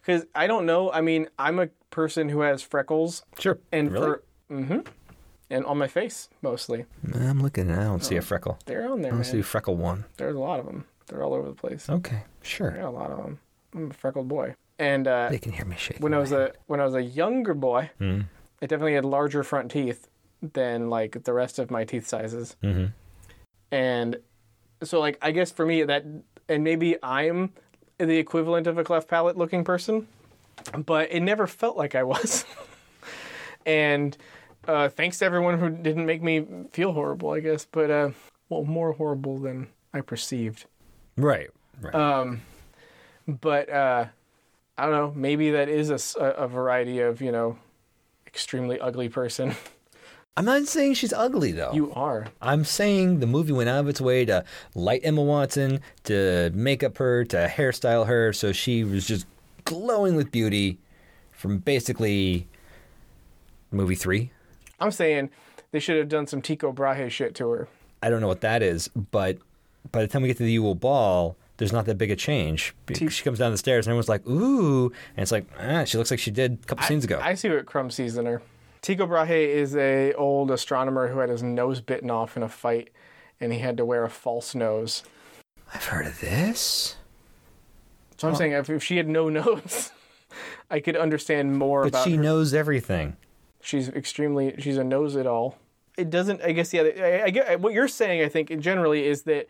Speaker 1: cuz I don't know, I mean, I'm a person who has freckles
Speaker 2: Sure.
Speaker 1: and
Speaker 2: really?
Speaker 1: for mhm and on my face mostly.
Speaker 2: Mm, I'm looking and I don't see
Speaker 1: Oh.
Speaker 2: a freckle.
Speaker 1: They're on there,
Speaker 2: Oh, I don't see
Speaker 1: man.
Speaker 2: a freckle one.
Speaker 1: There's a lot of them. They're all over the place.
Speaker 2: Okay, sure.
Speaker 1: I got a lot of them. I'm a freckled boy. And uh,
Speaker 2: They can hear me shaking. Hmm.
Speaker 1: when I
Speaker 2: my
Speaker 1: was a when I was a younger boy, I definitely had larger front teeth than like the rest of my teeth sizes. Mm-hmm. And so, like, I guess for me that, and maybe I'm the equivalent of a cleft palate looking person, but it never felt like I was. and uh, thanks to everyone who didn't make me feel horrible, I guess, but uh, well, more horrible than I perceived.
Speaker 2: Right. Right.
Speaker 1: Uh, but uh, I don't know. Maybe that is a, s- a- a variety of you know, extremely ugly person.
Speaker 2: I'm not saying she's ugly though.
Speaker 1: You are.
Speaker 2: I'm saying the movie went out of its way to light Emma Watson, to make up her, to hairstyle her, so she was just glowing with beauty from basically movie three.
Speaker 1: I'm saying they should have done some Tico Brahe shit to her.
Speaker 2: I don't know what that is, but by the time we get to the Yule Ball, there's not that big a change. She comes down the stairs and everyone's like, "Ooh," and it's like, ah, she looks like she did a couple scenes ago.
Speaker 1: I see what Crumb sees in her. Tycho Brahe is a old astronomer who had his nose bitten off in a fight, and he had to wear a false nose.
Speaker 2: I've heard of this.
Speaker 1: So I'm saying if, if she had no nose, I could understand more
Speaker 2: But
Speaker 1: about.
Speaker 2: she
Speaker 1: her.
Speaker 2: knows everything.
Speaker 1: she's extremely she's a knows it all. It doesn't. I guess yeah. I, I get what you're saying. I think generally is that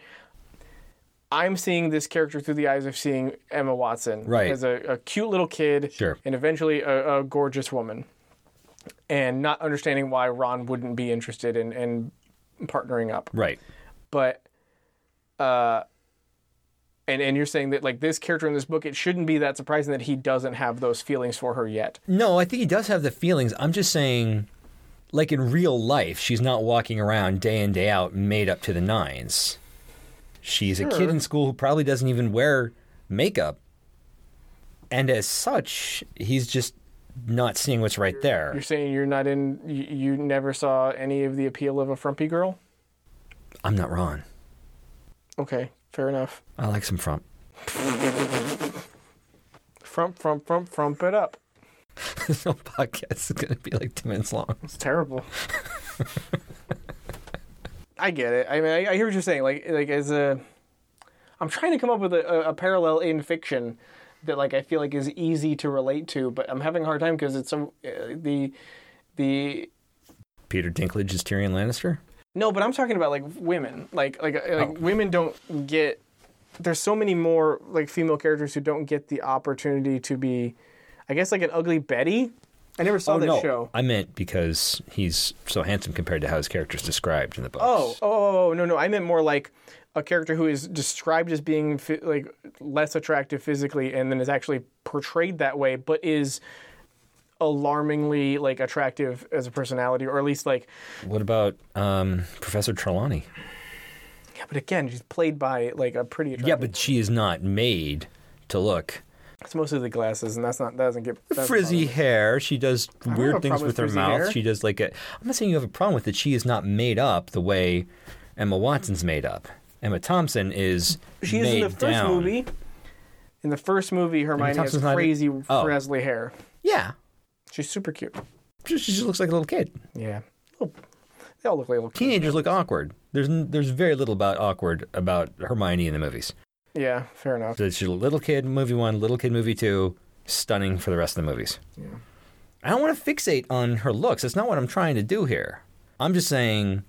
Speaker 1: I'm seeing this character through the eyes of seeing Emma Watson
Speaker 2: Right.
Speaker 1: as a, a cute little kid,
Speaker 2: Sure.
Speaker 1: and eventually a, a gorgeous woman, and not understanding why Ron wouldn't be interested in, in partnering up.
Speaker 2: Right.
Speaker 1: But, uh, and and you're saying that like this character in this book, it shouldn't be that surprising that he doesn't have those feelings for her yet.
Speaker 2: No, I think he does have the feelings. I'm just saying, like in real life, she's not walking around day in, day out made up to the nines. She's a kid in school who probably doesn't even wear makeup. And as such, he's just not seeing what's right there.
Speaker 1: You're saying you're not in. You, you never saw any of the appeal of a frumpy girl.
Speaker 2: I'm not Ron.
Speaker 1: Okay, fair enough.
Speaker 2: I like some frump.
Speaker 1: Frump, frump, frump, frump it up.
Speaker 2: this whole podcast is going to be like 10 minutes long.
Speaker 1: It's terrible. I get it. I mean, I, I hear what you're saying. Like, like as a, I'm trying to come up with a, a, a parallel in fiction that like I feel like is easy to relate to, but I'm having a hard time because it's so uh, the the
Speaker 2: Peter Dinklage is Tyrion Lannister?
Speaker 1: no, but I'm talking about like women. Like like uh,
Speaker 2: Oh.
Speaker 1: like women don't get. There's so many more like female characters who don't get the opportunity to be, I guess like an ugly Betty. I never
Speaker 2: Oh,
Speaker 1: saw Oh, that show.
Speaker 2: I meant because he's so handsome compared to how his character's described in the books.
Speaker 1: Oh, oh, oh, oh, no, no. I meant more like a character who is described as being phy- like less attractive physically, and then is actually portrayed that way, but is alarmingly like attractive as a personality, or at least like.
Speaker 2: What about um, Professor Trelawney?
Speaker 1: Yeah, but again, she's played by like a pretty. Attractive,
Speaker 2: Yeah, but she is not made to look
Speaker 1: it's mostly the glasses, and that's not that doesn't get that
Speaker 2: frizzy hair. She does
Speaker 1: don't have
Speaker 2: weird
Speaker 1: a
Speaker 2: things
Speaker 1: problem with
Speaker 2: with her
Speaker 1: frizzy
Speaker 2: mouth.
Speaker 1: hair.
Speaker 2: She does like a. I'm not saying you have a problem with it. She is not made up the way Emma Watson's made up. Emma Thompson is
Speaker 1: She's
Speaker 2: made
Speaker 1: in the first
Speaker 2: down.
Speaker 1: movie. In the first movie, Hermione has
Speaker 2: Thompson's not in-
Speaker 1: crazy
Speaker 2: Oh.
Speaker 1: frizzly hair.
Speaker 2: Yeah,
Speaker 1: She's super cute.
Speaker 2: she she just looks like a little kid.
Speaker 1: Yeah. Oh, they all look like little kids.
Speaker 2: Teenagers look awkward. There's n- there's very little about awkward about Hermione in the movies.
Speaker 1: Yeah, fair enough.
Speaker 2: So it's your little kid movie one, little kid movie two, stunning for the rest of the movies. I don't want to fixate on her looks. That's not what I'm trying to do here. I'm just saying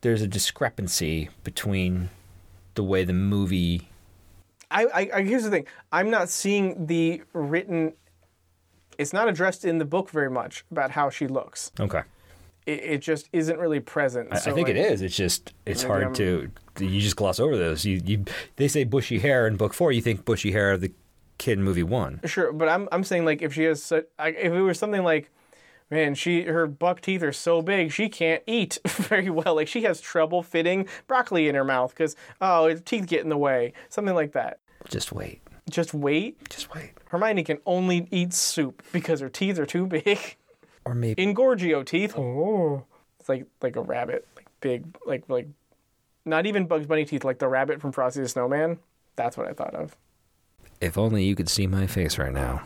Speaker 2: there's a discrepancy between the way the movie.
Speaker 1: I, I, I here's the thing. I'm not seeing the written. It's not addressed in the book very much about how she looks.
Speaker 2: Okay.
Speaker 1: It, it just isn't really present.
Speaker 2: I, I think it is. It's just it's hard
Speaker 1: I'm-
Speaker 2: to you just gloss over those. You, you they say bushy hair in book four. You think bushy hair of the kid in movie one.
Speaker 1: Sure, but I'm I'm saying like if she has such, I, if it was something like, man, she her buck teeth are so big she can't eat very well. Like she has trouble fitting broccoli in her mouth because oh her teeth get in the way. Something like that.
Speaker 2: Just wait.
Speaker 1: Just wait.
Speaker 2: Just wait.
Speaker 1: Hermione can only eat soup because her teeth are too big.
Speaker 2: Or maybe
Speaker 1: Engorgio teeth. Oh. It's like like a rabbit, like big, like like not even Bugs Bunny teeth, like the rabbit from Frosty the Snowman. That's what I thought of.
Speaker 2: if only you could see my face right now.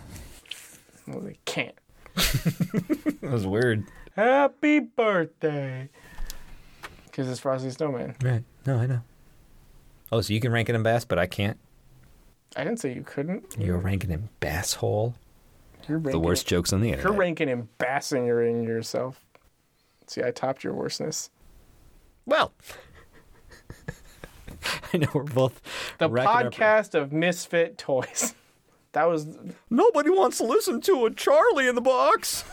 Speaker 1: I was like, can't.
Speaker 2: That was weird.
Speaker 1: Happy birthday. Because it's Frosty the Snowman.
Speaker 2: Right. No, I know. Oh, so you can rank it in bass, but I can't.
Speaker 1: I didn't say you couldn't.
Speaker 2: You're ranking in bass hole.
Speaker 1: You're ranking,
Speaker 2: The worst jokes on the
Speaker 1: You're
Speaker 2: internet.
Speaker 1: ranking and bassing your in yourself. See, I topped your worstness.
Speaker 2: well, I know we're both
Speaker 1: The
Speaker 2: racking our-
Speaker 1: podcast of misfit toys. That was
Speaker 2: Nobody wants to listen to a Charlie in the box.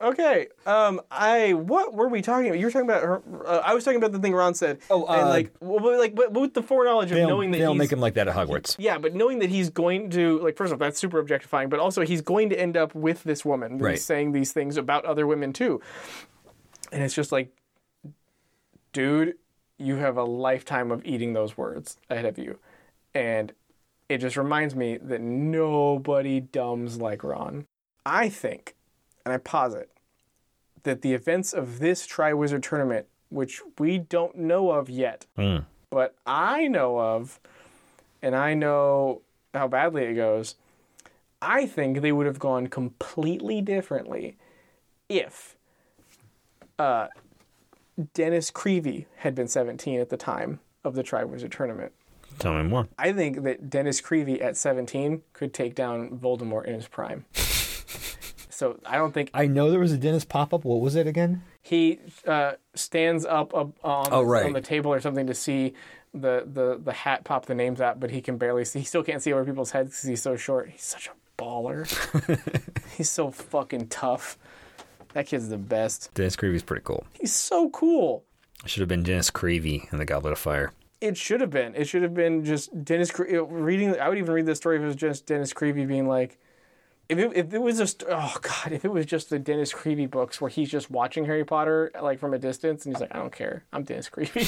Speaker 1: Okay. Um. I. What were we talking about? You were talking about. Her, uh, I was talking about the thing Ron said.
Speaker 2: Oh,
Speaker 1: and
Speaker 2: uh,
Speaker 1: like, well, but, like, but, but with the foreknowledge of
Speaker 2: They'll,
Speaker 1: knowing that
Speaker 2: they'll
Speaker 1: he's.
Speaker 2: make him like that at Hogwarts.
Speaker 1: yeah, but knowing that he's going to like, first off, that's super objectifying. But also, he's going to end up with this woman.
Speaker 2: Right.
Speaker 1: He's saying these things about other women too, and it's just like, dude, you have a lifetime of eating those words ahead of you, and it just reminds me that nobody dumbs like Ron. I think, and I posit, that the events of this Triwizard tournament, which we don't know of yet,
Speaker 2: Mm.
Speaker 1: but I know of, and I know how badly it goes, I think they would have gone completely differently if uh, Dennis Creevy had been 17 at the time of the Triwizard tournament.
Speaker 2: Tell me more.
Speaker 1: I think that Dennis Creevy at 17 could take down Voldemort in his prime. So I don't think
Speaker 2: I know there was a dentist pop up. What was it again?
Speaker 1: he uh, stands up uh, on,
Speaker 2: Oh, right.
Speaker 1: on the table or something to see the, the, the hat pop the names out, but he can barely see. He still can't see over people's heads because he's so short. He's such a baller. he's so fucking tough. That kid's the best.
Speaker 2: Dennis Creevy's pretty cool.
Speaker 1: He's so cool.
Speaker 2: Should have been Dennis Creevy in the Goblet of Fire.
Speaker 1: It should have been. It should have been just Dennis Cre- you know, reading. I would even read this story if it was just Dennis Creevy being like, if it, if it was just oh god, if it was just the Dennis Creevy books where he's just watching Harry Potter like from a distance and he's like, I don't care, I'm Dennis Creevy.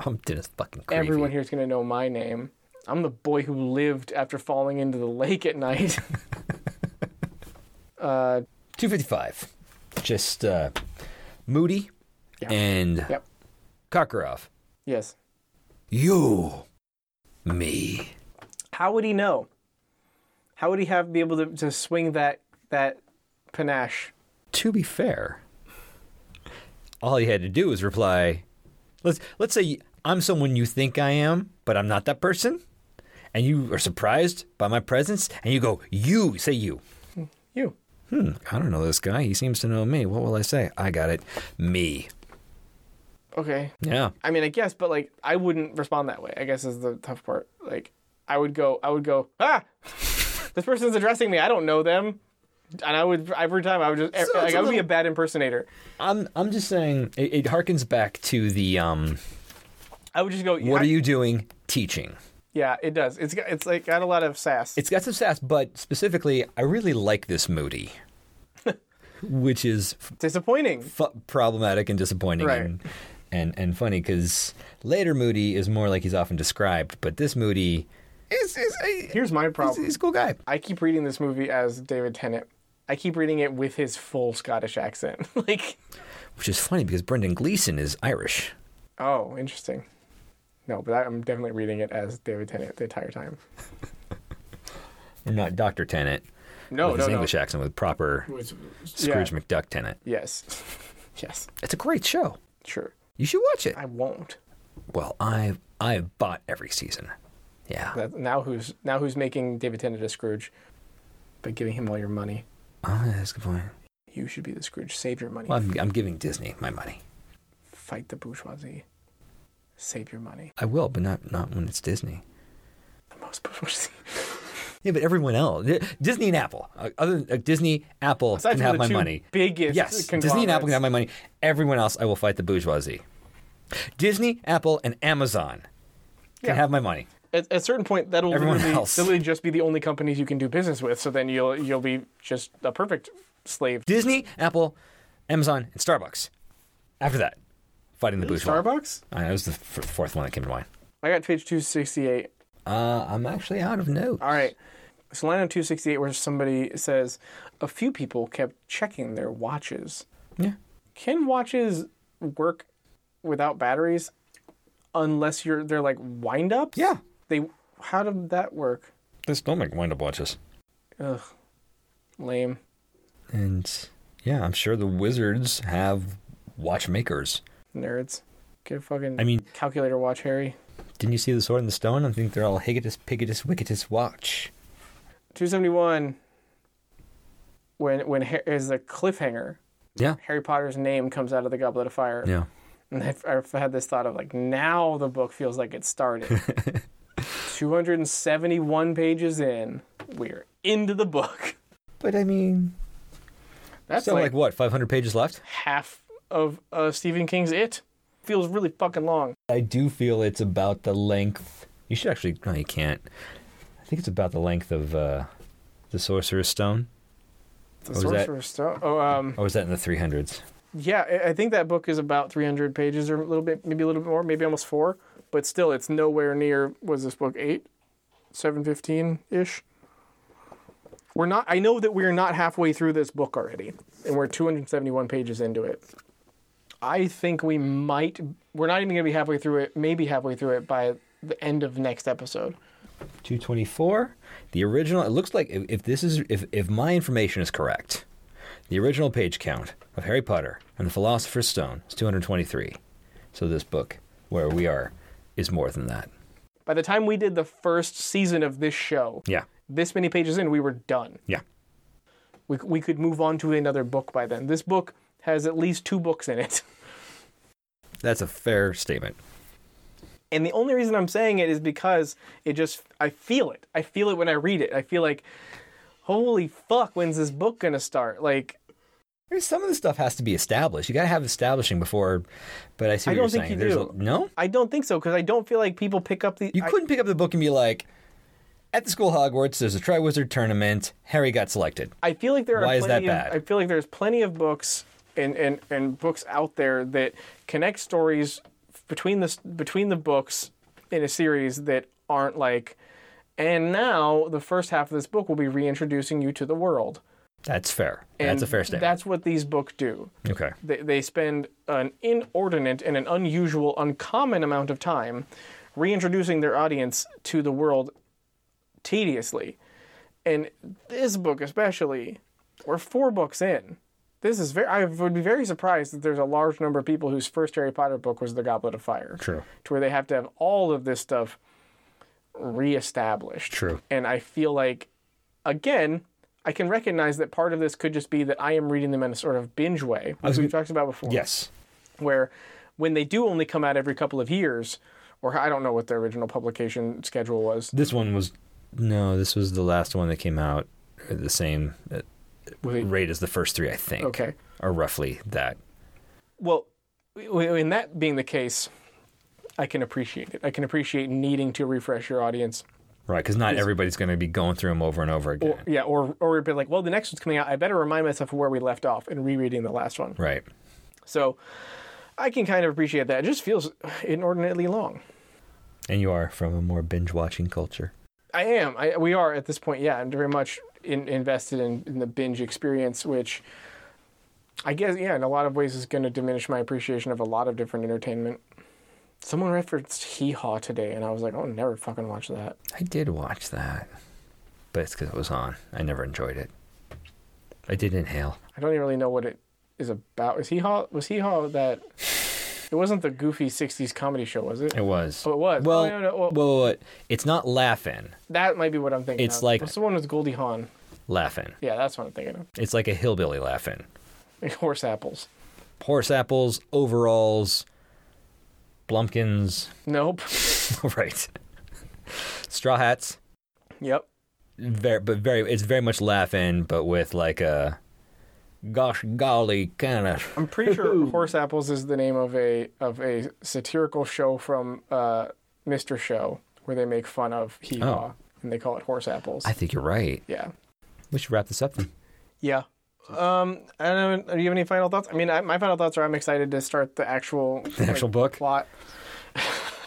Speaker 2: I'm Dennis fucking Creevy.
Speaker 1: Everyone here's going to know my name. I'm the boy who lived after falling into the lake at night. uh,
Speaker 2: 255. Just uh, Moody
Speaker 1: Yeah.
Speaker 2: and
Speaker 1: Yep.
Speaker 2: Kakarov.
Speaker 1: yes.
Speaker 2: You, me.
Speaker 1: How would he know? How would he have be able to, to swing that that panache?
Speaker 2: To be fair, all he had to do was reply. Let's let's say I'm someone you think I am, but I'm not that person, and you are surprised by my presence, and you go, "You say you."
Speaker 1: You.
Speaker 2: Hmm, I don't know this guy. He seems to know me. What will I say? I got it. Me.
Speaker 1: Okay.
Speaker 2: Yeah.
Speaker 1: I mean, I guess, but like, I wouldn't respond that way. I guess is the tough part. Like, I would go, I would go, ah, this person's addressing me. I don't know them, and I would every time I would just
Speaker 2: it's
Speaker 1: like
Speaker 2: a
Speaker 1: I would be
Speaker 2: little-
Speaker 1: a bad impersonator.
Speaker 2: I'm I'm just saying it, it harkens back to the um
Speaker 1: I would just go,
Speaker 2: what
Speaker 1: I-
Speaker 2: are you doing teaching?
Speaker 1: Yeah, it does. It's got, it's like got a lot of sass.
Speaker 2: It's got some sass, but specifically I really like this Moody. which is
Speaker 1: disappointing.
Speaker 2: fu- problematic and disappointing
Speaker 1: Right.
Speaker 2: and, and and funny because later Moody is more like he's often described, but this Moody is is a,
Speaker 1: Here's my
Speaker 2: he's,
Speaker 1: problem.
Speaker 2: he's a cool guy.
Speaker 1: I keep reading this movie as David Tennant. I keep reading it with his full Scottish accent. like,
Speaker 2: Which is funny because Brendan Gleeson is Irish.
Speaker 1: oh, interesting. No, but I, I'm definitely reading it as David Tennant the entire time.
Speaker 2: and not Dr. Tennant.
Speaker 1: No,
Speaker 2: with
Speaker 1: no,
Speaker 2: his
Speaker 1: no.
Speaker 2: English accent with proper
Speaker 1: It's-
Speaker 2: Scrooge
Speaker 1: yeah.
Speaker 2: McDuck Tennant.
Speaker 1: Yes. yes.
Speaker 2: It's a great show.
Speaker 1: Sure.
Speaker 2: You should watch it.
Speaker 1: I won't.
Speaker 2: Well, I I bought every season. Yeah.
Speaker 1: That, now who's now who's making David Tennant a Scrooge by giving him all your money?
Speaker 2: Oh, that's a good point.
Speaker 1: You should be the Scrooge. Save your money.
Speaker 2: Well, I'm, I'm giving Disney my money.
Speaker 1: Fight the bourgeoisie. Save your money.
Speaker 2: I will, but not not when it's Disney.
Speaker 1: The most bourgeoisie.
Speaker 2: Yeah, but everyone else, Di- Disney and Apple, Uh, other than, uh, Disney, Apple
Speaker 1: Aside
Speaker 2: can
Speaker 1: from
Speaker 2: have
Speaker 1: the
Speaker 2: my
Speaker 1: two
Speaker 2: money.
Speaker 1: biggest
Speaker 2: yes, Disney and Apple can have my money. Everyone else, I will fight the bourgeoisie. Disney, Apple, and Amazon can
Speaker 1: Yeah.
Speaker 2: have my money.
Speaker 1: at, at a certain point that'll
Speaker 2: Everyone
Speaker 1: literally,
Speaker 2: else.
Speaker 1: literally just be the only companies you can do business with so then you'll you'll be just a perfect slave
Speaker 2: Disney, Apple, Amazon, and Starbucks. After that, fighting the bourgeoisie.
Speaker 1: starbucks
Speaker 2: I know, it was the f- fourth one that came to mind.
Speaker 1: i got to page 268
Speaker 2: Uh, I'm actually out of notes.
Speaker 1: all right so line on 268 where somebody says a few people kept checking their watches
Speaker 2: Yeah.
Speaker 1: can watches work without batteries unless you're they're like wind ups
Speaker 2: Yeah.
Speaker 1: they how did that work
Speaker 2: This don't make wind up watches.
Speaker 1: ugh lame
Speaker 2: And yeah, I'm sure the wizards have watchmakers.
Speaker 1: nerds get a fucking
Speaker 2: I mean,
Speaker 1: calculator watch harry
Speaker 2: didn't you see the sword and the stone? I think they're all higgitus, piggitus, wicketus watch.
Speaker 1: 271 when when Har- is the cliffhanger
Speaker 2: Yeah.
Speaker 1: harry potter's name comes out of the goblet of fire
Speaker 2: Yeah.
Speaker 1: and I've, I've had this thought of like now the book feels like it started 271 pages in we're into the book
Speaker 2: But I mean,
Speaker 1: that's
Speaker 2: so like,
Speaker 1: like,
Speaker 2: what, 500 pages left?
Speaker 1: half of uh, stephen king's it feels really fucking long
Speaker 2: I do feel it's about the length. You should actually, no, you can't. I think it's about the length of uh, the sorcerer's stone.
Speaker 1: the
Speaker 2: was that?
Speaker 1: sorcerer's stone oh um
Speaker 2: Or was that in the 300s?
Speaker 1: yeah I- i think that book is about 300 pages or a little bit maybe a little bit more maybe almost four but still it's nowhere near was this book eight 715 ish we're not i know that we're not halfway through this book already and we're 271 pages into it i think we might we're not even going to be halfway through it maybe halfway through it by the end of next episode
Speaker 2: 224 the original it looks like if, if this is if, if my information is correct the original page count of harry potter and the philosopher's stone is 223 so this book where we are is more than that
Speaker 1: by the time we did the first season of this show
Speaker 2: yeah
Speaker 1: this many pages in we were done
Speaker 2: yeah
Speaker 1: we, we could move on to another book by then. This book has at least two books in it.
Speaker 2: That's a fair statement.
Speaker 1: And the only reason I'm saying it is because it just, I feel it. I feel it when I read it. I feel like, holy fuck, when's this book gonna start? Like,
Speaker 2: There's some of the stuff has to be established. You got to have establishing before. But I see
Speaker 1: I
Speaker 2: what
Speaker 1: don't
Speaker 2: you're
Speaker 1: think
Speaker 2: saying.
Speaker 1: you
Speaker 2: There's
Speaker 1: do.
Speaker 2: A, no,
Speaker 1: I don't think so because I don't feel like people pick up the.
Speaker 2: you
Speaker 1: I-
Speaker 2: couldn't pick up the book and be like, at the school Hogwarts, there's a Triwizard tournament. Harry got selected.
Speaker 1: I feel like there are
Speaker 2: Why is
Speaker 1: plenty
Speaker 2: that
Speaker 1: Of,
Speaker 2: bad?
Speaker 1: I feel like there's plenty of books and, and, and books out there that connect stories between the between the books in a series that aren't like and now the first half of this book will be reintroducing you to the world.
Speaker 2: That's fair. that's
Speaker 1: And
Speaker 2: a fair statement.
Speaker 1: That's what these books do.
Speaker 2: okay.
Speaker 1: They, they spend an inordinate and an unusual, uncommon amount of time reintroducing their audience to the world tediously. And this book, especially, we're four books in. This is very. I would be very surprised that there's a large number of people whose first Harry Potter book was The Goblet of Fire.
Speaker 2: True.
Speaker 1: To where they have to have all of this stuff reestablished.
Speaker 2: True.
Speaker 1: And I feel like, again, I can recognize that part of this could just be that I am reading them in a sort of binge way, which we've talked about before.
Speaker 2: Yes.
Speaker 1: Where when they do only come out every couple of years, or I don't know what their original publication schedule was.
Speaker 2: This one was no. This was the last one that came out at the same uh,
Speaker 1: Was it-
Speaker 2: rate as the first three, I think.
Speaker 1: Okay.
Speaker 2: Or roughly that.
Speaker 1: Well, w- in that being the case, I can appreciate it. I can appreciate needing to refresh your audience.
Speaker 2: Right, because not everybody's going to be going through them over and over again.
Speaker 1: Or, yeah, or or be like, well, the next one's coming out. I better remind myself of where we left off and rereading the last one.
Speaker 2: right.
Speaker 1: So I can kind of appreciate that. It just feels inordinately long.
Speaker 2: And you are from a more binge watching culture.
Speaker 1: I am. I, we are at this point. Yeah, I'm very much in, invested in, in the binge experience, which I guess, yeah, in a lot of ways is going to diminish my appreciation of a lot of different entertainment. Someone referenced Hee Haw today, and I was like, I'll never fucking watch that.
Speaker 2: I did watch that, but it's because it was on. I never enjoyed it. I did inhale.
Speaker 1: I don't even really know what it is about. Is Hee Haw? Was Hee Haw that? It wasn't the goofy '60s comedy show, was it?
Speaker 2: It was.
Speaker 1: Oh, it was.
Speaker 2: Well,
Speaker 1: Oh, no, no, well-
Speaker 2: whoa, whoa, whoa. it's not laughing.
Speaker 1: That might be what I'm thinking.
Speaker 2: It's
Speaker 1: of.
Speaker 2: like-
Speaker 1: what's the one with Goldie Hawn?
Speaker 2: Laughing.
Speaker 1: Yeah, that's what I'm thinking
Speaker 2: It's like a hillbilly laughing.
Speaker 1: of. Horse apples.
Speaker 2: Horse apples, overalls, blumpkins.
Speaker 1: Nope.
Speaker 2: right. Straw hats.
Speaker 1: Yep.
Speaker 2: very but very it's very much laughing but with like a gosh golly kind of
Speaker 1: I'm pretty sure Horse Apples is the name of a of a satirical show from uh, Mr. Show where they make fun of hee haw and they call it Horse Apples.
Speaker 2: Oh. i think you're right
Speaker 1: yeah.
Speaker 2: we should wrap this up then
Speaker 1: Yeah. Um, I don't know. Do you have any final thoughts? I mean, I, my final thoughts are I'm excited to start the actual the
Speaker 2: actual book?
Speaker 1: plot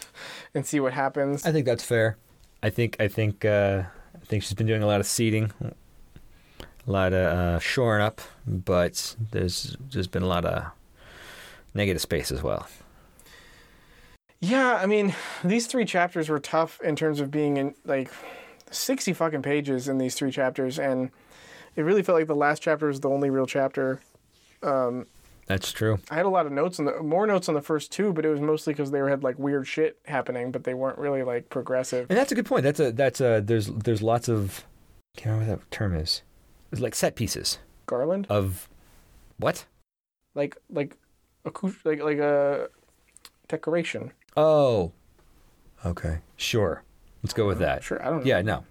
Speaker 1: and see what happens.
Speaker 2: i think that's fair i think i think uh i think she's been doing a lot of seeding a lot of uh shoring up but there's just been a lot of negative space as well
Speaker 1: Yeah, I mean, these three chapters were tough in terms of being in like 60 fucking pages in these three chapters, and it really felt like the last chapter was the only real chapter. Um,
Speaker 2: that's true
Speaker 1: I had a lot of notes on the more notes on the first two, but it was mostly because they had like weird shit happening, but they weren't really like progressive.
Speaker 2: and that's a good point that's a that's a there's there's lots of can't remember what that term is it's like set pieces
Speaker 1: Garland,
Speaker 2: of what
Speaker 1: like like a cou- like like a decoration.
Speaker 2: Oh. Okay. Sure. Let's go with that.
Speaker 1: Sure, I don't know.
Speaker 2: Uh, Yeah, no.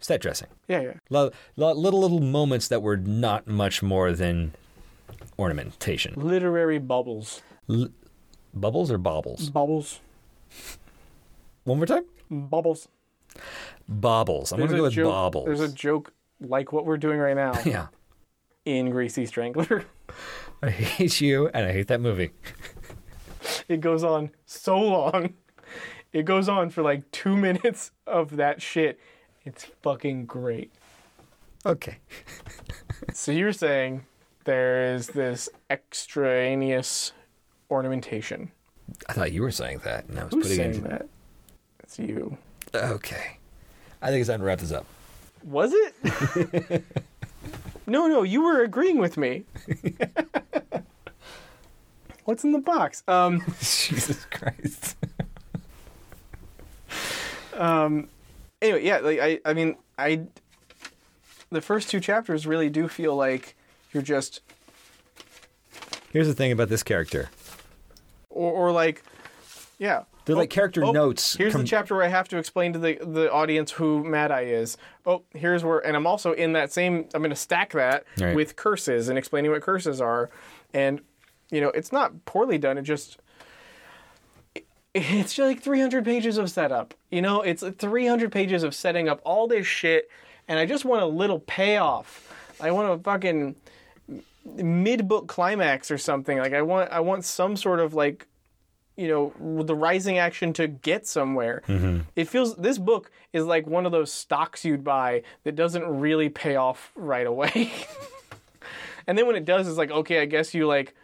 Speaker 2: Set dressing.
Speaker 1: yeah, yeah.
Speaker 2: Lo- lo- little, little moments that were not much more than ornamentation.
Speaker 1: Literary bubbles,
Speaker 2: L- bubbles or baubles?
Speaker 1: bubbles,
Speaker 2: One more time?
Speaker 1: bubbles.
Speaker 2: Baubles. I'm going to go with
Speaker 1: joke,
Speaker 2: baubles.
Speaker 1: There's a joke like what we're doing right now
Speaker 2: yeah.
Speaker 1: in Greasy Strangler.
Speaker 2: I hate you and I hate that movie.
Speaker 1: It goes on so long. It goes on for like two minutes of that shit. It's fucking great.
Speaker 2: Okay.
Speaker 1: So you're saying there is this extraneous ornamentation.
Speaker 2: I thought you were saying that. And I was
Speaker 1: Who's
Speaker 2: putting
Speaker 1: saying
Speaker 2: it in.
Speaker 1: that? It's you.
Speaker 2: Okay. I think it's time to wrap this up.
Speaker 1: Was it? no, no, you were agreeing with me. What's in the box? Um,
Speaker 2: Jesus Christ.
Speaker 1: um, anyway, yeah, like I, I mean, I, the first two chapters really do feel like you're just
Speaker 2: Here's the thing about this character.
Speaker 1: or, or like yeah
Speaker 2: They're like character notes
Speaker 1: Oh, here's
Speaker 2: com-
Speaker 1: the chapter where i have to explain to the, the audience who mad eye is oh here's where and i'm also in that same i'm going to stack that
Speaker 2: Right.
Speaker 1: with curses and explaining what curses are and you know it's not poorly done it just it's just like 300 pages of setup. You know, it's 300 pages of setting up all this shit, and I just want a little payoff. I want a fucking mid-book climax or something. Like I want, I want some sort of like, you know, the rising action to get somewhere. It feels this book is like one of those stocks you'd buy that doesn't really pay off right away. and then when it does, it's like, okay, I guess you like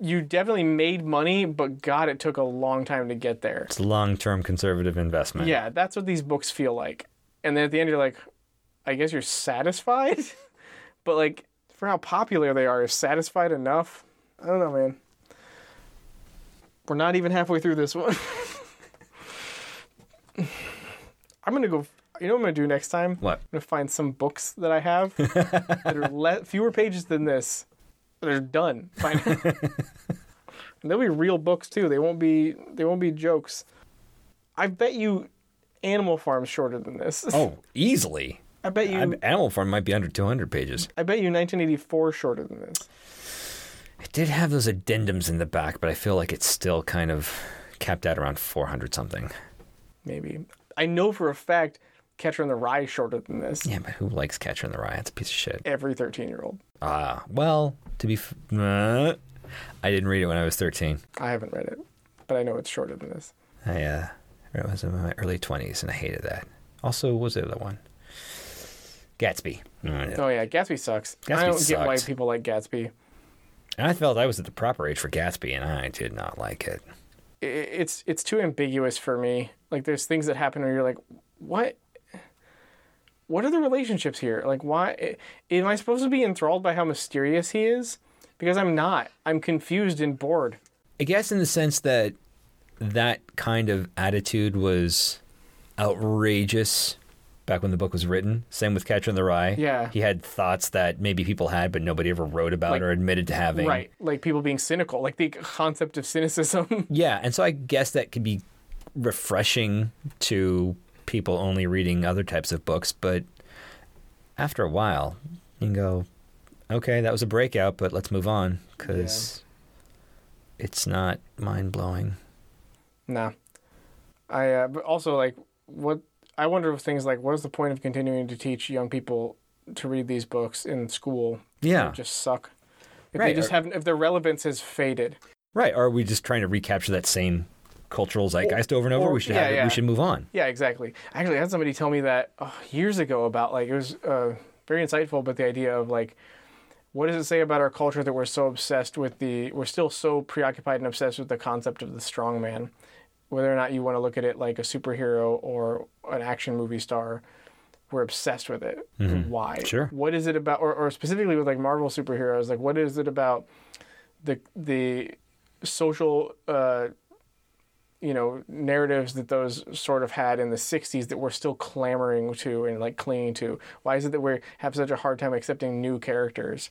Speaker 1: you definitely made money, but God, it took a long time to get there.
Speaker 2: It's long-term conservative investment.
Speaker 1: Yeah, that's what these books feel like. And then at the end, you're like, I guess you're satisfied, but like for how popular they are, is satisfied enough? I don't know, man. We're not even halfway through this one. I'm gonna go. You know what I'm gonna do next time?
Speaker 2: What?
Speaker 1: I'm gonna find some books that I have that are le- fewer pages than this. They're done. Fine. and they'll be real books too. They won't be. They won't be jokes. I bet you, Animal Farm's shorter than this.
Speaker 2: Oh, easily.
Speaker 1: I bet you.
Speaker 2: An- Animal Farm might be under 200 pages.
Speaker 1: I bet you 1984 is shorter than this.
Speaker 2: It did have those addendums in the back, but I feel like it's still kind of capped out around 400 something.
Speaker 1: Maybe. I know for a fact Catcher in the Rye is shorter than this.
Speaker 2: Yeah, but who likes Catcher in the Rye? It's a piece of shit.
Speaker 1: Every 13 year old.
Speaker 2: Ah, well, to be, f- uh, I didn't read it when I was 13.
Speaker 1: I haven't read it, but I know it's shorter than this.
Speaker 2: I uh, it was in my early 20s, and I hated that. Also, what was the other one? Gatsby. Mm,
Speaker 1: Oh, yeah. Gatsby sucks.
Speaker 2: Gatsby
Speaker 1: I don't get why
Speaker 2: sucked.
Speaker 1: people like Gatsby.
Speaker 2: And I felt I was at the proper age for Gatsby, and I did not like it.
Speaker 1: i- it's it's too ambiguous for me. Like there's things that happen where you're like, what? What are the relationships here? Like why i- am I supposed to be enthralled by how mysterious he is? Because I'm not. I'm confused and bored.
Speaker 2: I guess in the sense that that kind of attitude was outrageous back when the book was written. Same with Catcher in the Rye.
Speaker 1: Yeah.
Speaker 2: He had thoughts that maybe people had, but nobody ever wrote about or admitted to having.
Speaker 1: Right. Like people being cynical, like the concept of cynicism.
Speaker 2: Yeah. And so I guess that could be refreshing to people only reading other types of books. But after a while, you can go, okay, that was a breakout, but let's move on because it's not mind blowing.
Speaker 1: nah. I uh, but also like what I wonder if things like what is the point of continuing to teach young people to read these books in school?
Speaker 2: Yeah.
Speaker 1: They just suck. If
Speaker 2: Right,
Speaker 1: they just
Speaker 2: or-
Speaker 1: have if their relevance has faded.
Speaker 2: Right. Or are we just trying to recapture that same cultural zeitgeist over and over?
Speaker 1: or-
Speaker 2: we should
Speaker 1: yeah,
Speaker 2: have it.
Speaker 1: yeah.
Speaker 2: We should move on.
Speaker 1: Yeah, exactly. Actually, I had somebody tell me that uh, years ago about like it was uh, very insightful, but the idea of like, what does it say about our culture that we're so obsessed with the, we're still so preoccupied and obsessed with the concept of the strong man, whether or not you want to look at it like a superhero or an action movie star, we're obsessed with it. Why?
Speaker 2: Sure.
Speaker 1: What is it about, or, or specifically with like Marvel superheroes, like what is it about the the social uh, you know narratives that those sort of had in the 60s that we're still clamoring to and like clinging to why is it that we have such a hard time accepting new characters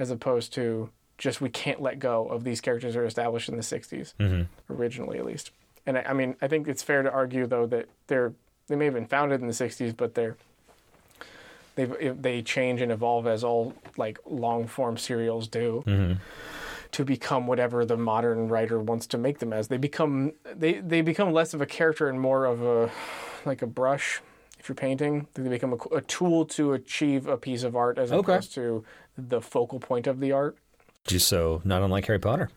Speaker 1: as opposed to just we can't let go of these characters that are established in the 60s originally at least and I, I mean i think it's fair to argue though that they're they may have been founded in the 60s but they're they they change and evolve as all like long form serials do
Speaker 2: Mm-hmm.
Speaker 1: to become whatever the modern writer wants to make them as. They become they they become less of a character and more of a like a brush. If you're painting, they become a, a tool to achieve a piece of art as
Speaker 2: Okay.
Speaker 1: opposed to the focal point of the art.
Speaker 2: Just so not unlike Harry Potter.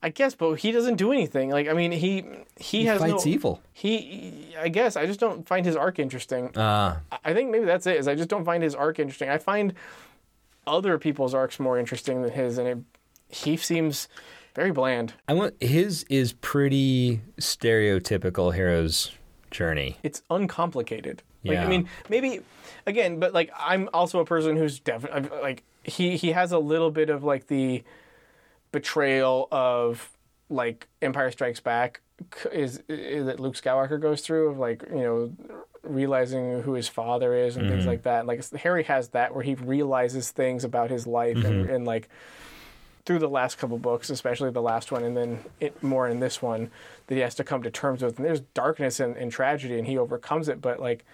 Speaker 1: I guess, but he doesn't do anything. Like I mean, he he, has
Speaker 2: fights
Speaker 1: no,
Speaker 2: evil.
Speaker 1: He I guess I just don't find his arc interesting.
Speaker 2: Ah,
Speaker 1: I think maybe that's it. Is I just don't find his arc interesting. I find other people's arcs more interesting than his, and it, he seems very bland.
Speaker 2: I want his is pretty stereotypical hero's journey.
Speaker 1: it's uncomplicated. Like
Speaker 2: Yeah.
Speaker 1: I mean, maybe again, but like I'm also a person who's definitely like he he has a little bit of like the betrayal of like Empire Strikes Back c- is, is that Luke Skywalker goes through of like you know realizing who his father is and things like that. Like Harry has that where he realizes things about his life and, and like through the last couple books, especially the last one, and then it, more in this one that he has to come to terms with. And there's darkness and, and tragedy, and he overcomes it. But like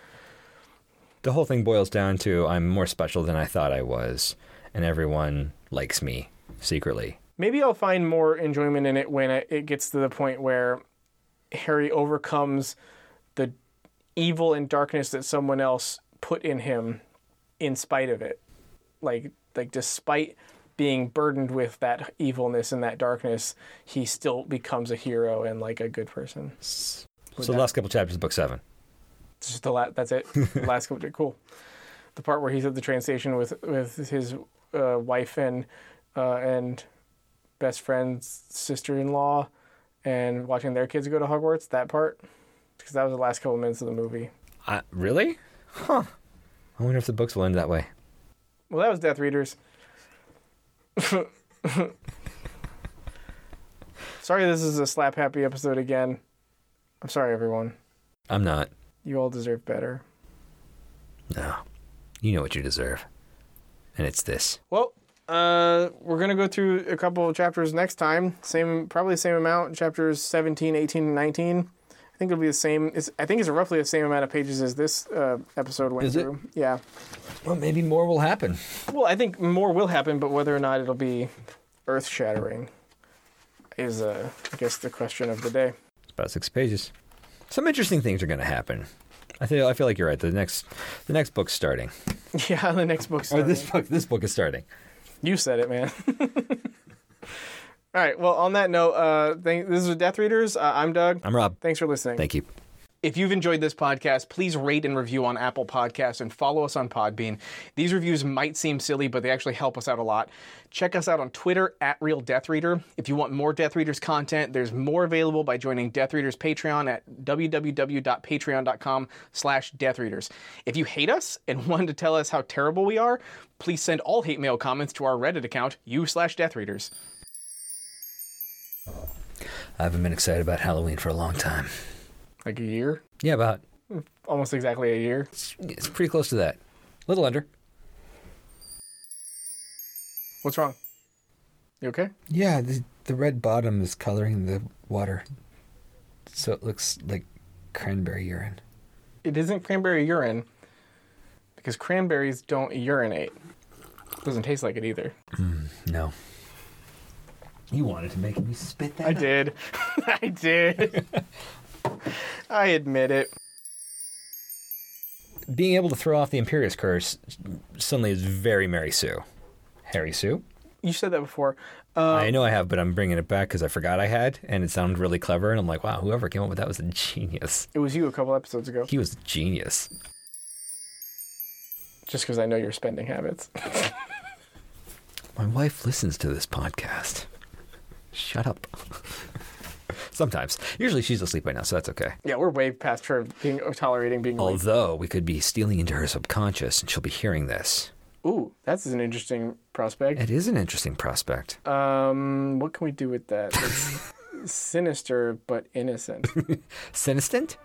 Speaker 2: The whole thing boils down to I'm more special than I thought I was, and everyone likes me secretly.
Speaker 1: maybe I'll find more enjoyment in it when it it gets to the point where Harry overcomes the evil and darkness that someone else put in him in spite of it. Like like despite being burdened with that evilness and that darkness, he still becomes a hero and like a good person.
Speaker 2: so the last couple chapters of book seven.
Speaker 1: It's just the la- that's it. The last couple, cool. The part where he's at the train station with with his uh, wife and uh, and best friend's sister in law, and watching their kids go to Hogwarts. That part, because that was the last couple minutes of the movie.
Speaker 2: Uh, really? Huh. I wonder if the books will end that way.
Speaker 1: Well, that was Death Readers. sorry, this is a slap happy episode again. I'm sorry, everyone.
Speaker 2: I'm not.
Speaker 1: You all deserve better.
Speaker 2: No. You know what you deserve. And it's this.
Speaker 1: Well, uh, we're going to go through a couple of chapters next time. Same, probably same amount, chapters 17, 18, and 19. I think it'll be the same. It's, I think it's roughly the same amount of pages as this uh, episode went
Speaker 2: Is it?
Speaker 1: through. Yeah.
Speaker 2: Well, maybe more will happen.
Speaker 1: Well, I think more will happen, but whether or not it'll be earth shattering is, uh, I guess, the question of the day.
Speaker 2: It's about six pages. Some interesting things are going to happen. I feel. I feel like you're right. The next, the next book's starting.
Speaker 1: Yeah, the next book.
Speaker 2: Or this book. This book is starting.
Speaker 1: You said it, man. All right. Well, on that note, uh, thank, this is Death Readers. Uh, I'm Doug.
Speaker 2: I'm Rob.
Speaker 1: Thanks for listening.
Speaker 2: Thank you.
Speaker 1: If you've enjoyed this podcast, please rate and review on Apple Podcasts and follow us on Podbean. These reviews might seem silly, but they actually help us out a lot. Check us out on Twitter at Real Death Reader. If you want more Death Readers content, there's more available by joining Death Readers Patreon at www.patreon.com slash deathreaders. If you hate us and want to tell us how terrible we are, please send all hate mail comments to our Reddit account, u slash deathreaders.
Speaker 2: I haven't been excited about Halloween for a long time.
Speaker 1: Like a year?
Speaker 2: Yeah, about.
Speaker 1: Almost exactly a year.
Speaker 2: It's, it's pretty close to that. A little under.
Speaker 1: What's wrong? You okay?
Speaker 2: Yeah, the, the red bottom is coloring the water, so it looks like cranberry urine.
Speaker 1: it isn't cranberry urine because cranberries don't urinate. Doesn't taste like it either.
Speaker 2: No. You wanted to make me spit that.
Speaker 1: I did. I did. I admit it.
Speaker 2: being able to throw off the Imperious Curse suddenly is very Mary Sue. Harry Sue?
Speaker 1: You said that before. Uh,
Speaker 2: I know I have, but I'm bringing it back because I forgot I had, and it sounded really clever. And I'm like, wow, whoever came up with that was a genius.
Speaker 1: it was you a couple episodes ago,
Speaker 2: He was a genius.
Speaker 1: just because I know your spending habits.
Speaker 2: My wife listens to this podcast. Shut up. Sometimes. Usually she's asleep by now, so that's okay.
Speaker 1: yeah, we're way past her being tolerating being. late.
Speaker 2: Although we could be stealing into her subconscious, and she'll be hearing this.
Speaker 1: Ooh, that's an interesting prospect.
Speaker 2: It is an interesting prospect.
Speaker 1: Um, what can we do with that? It's sinister but innocent.
Speaker 2: Sinistant?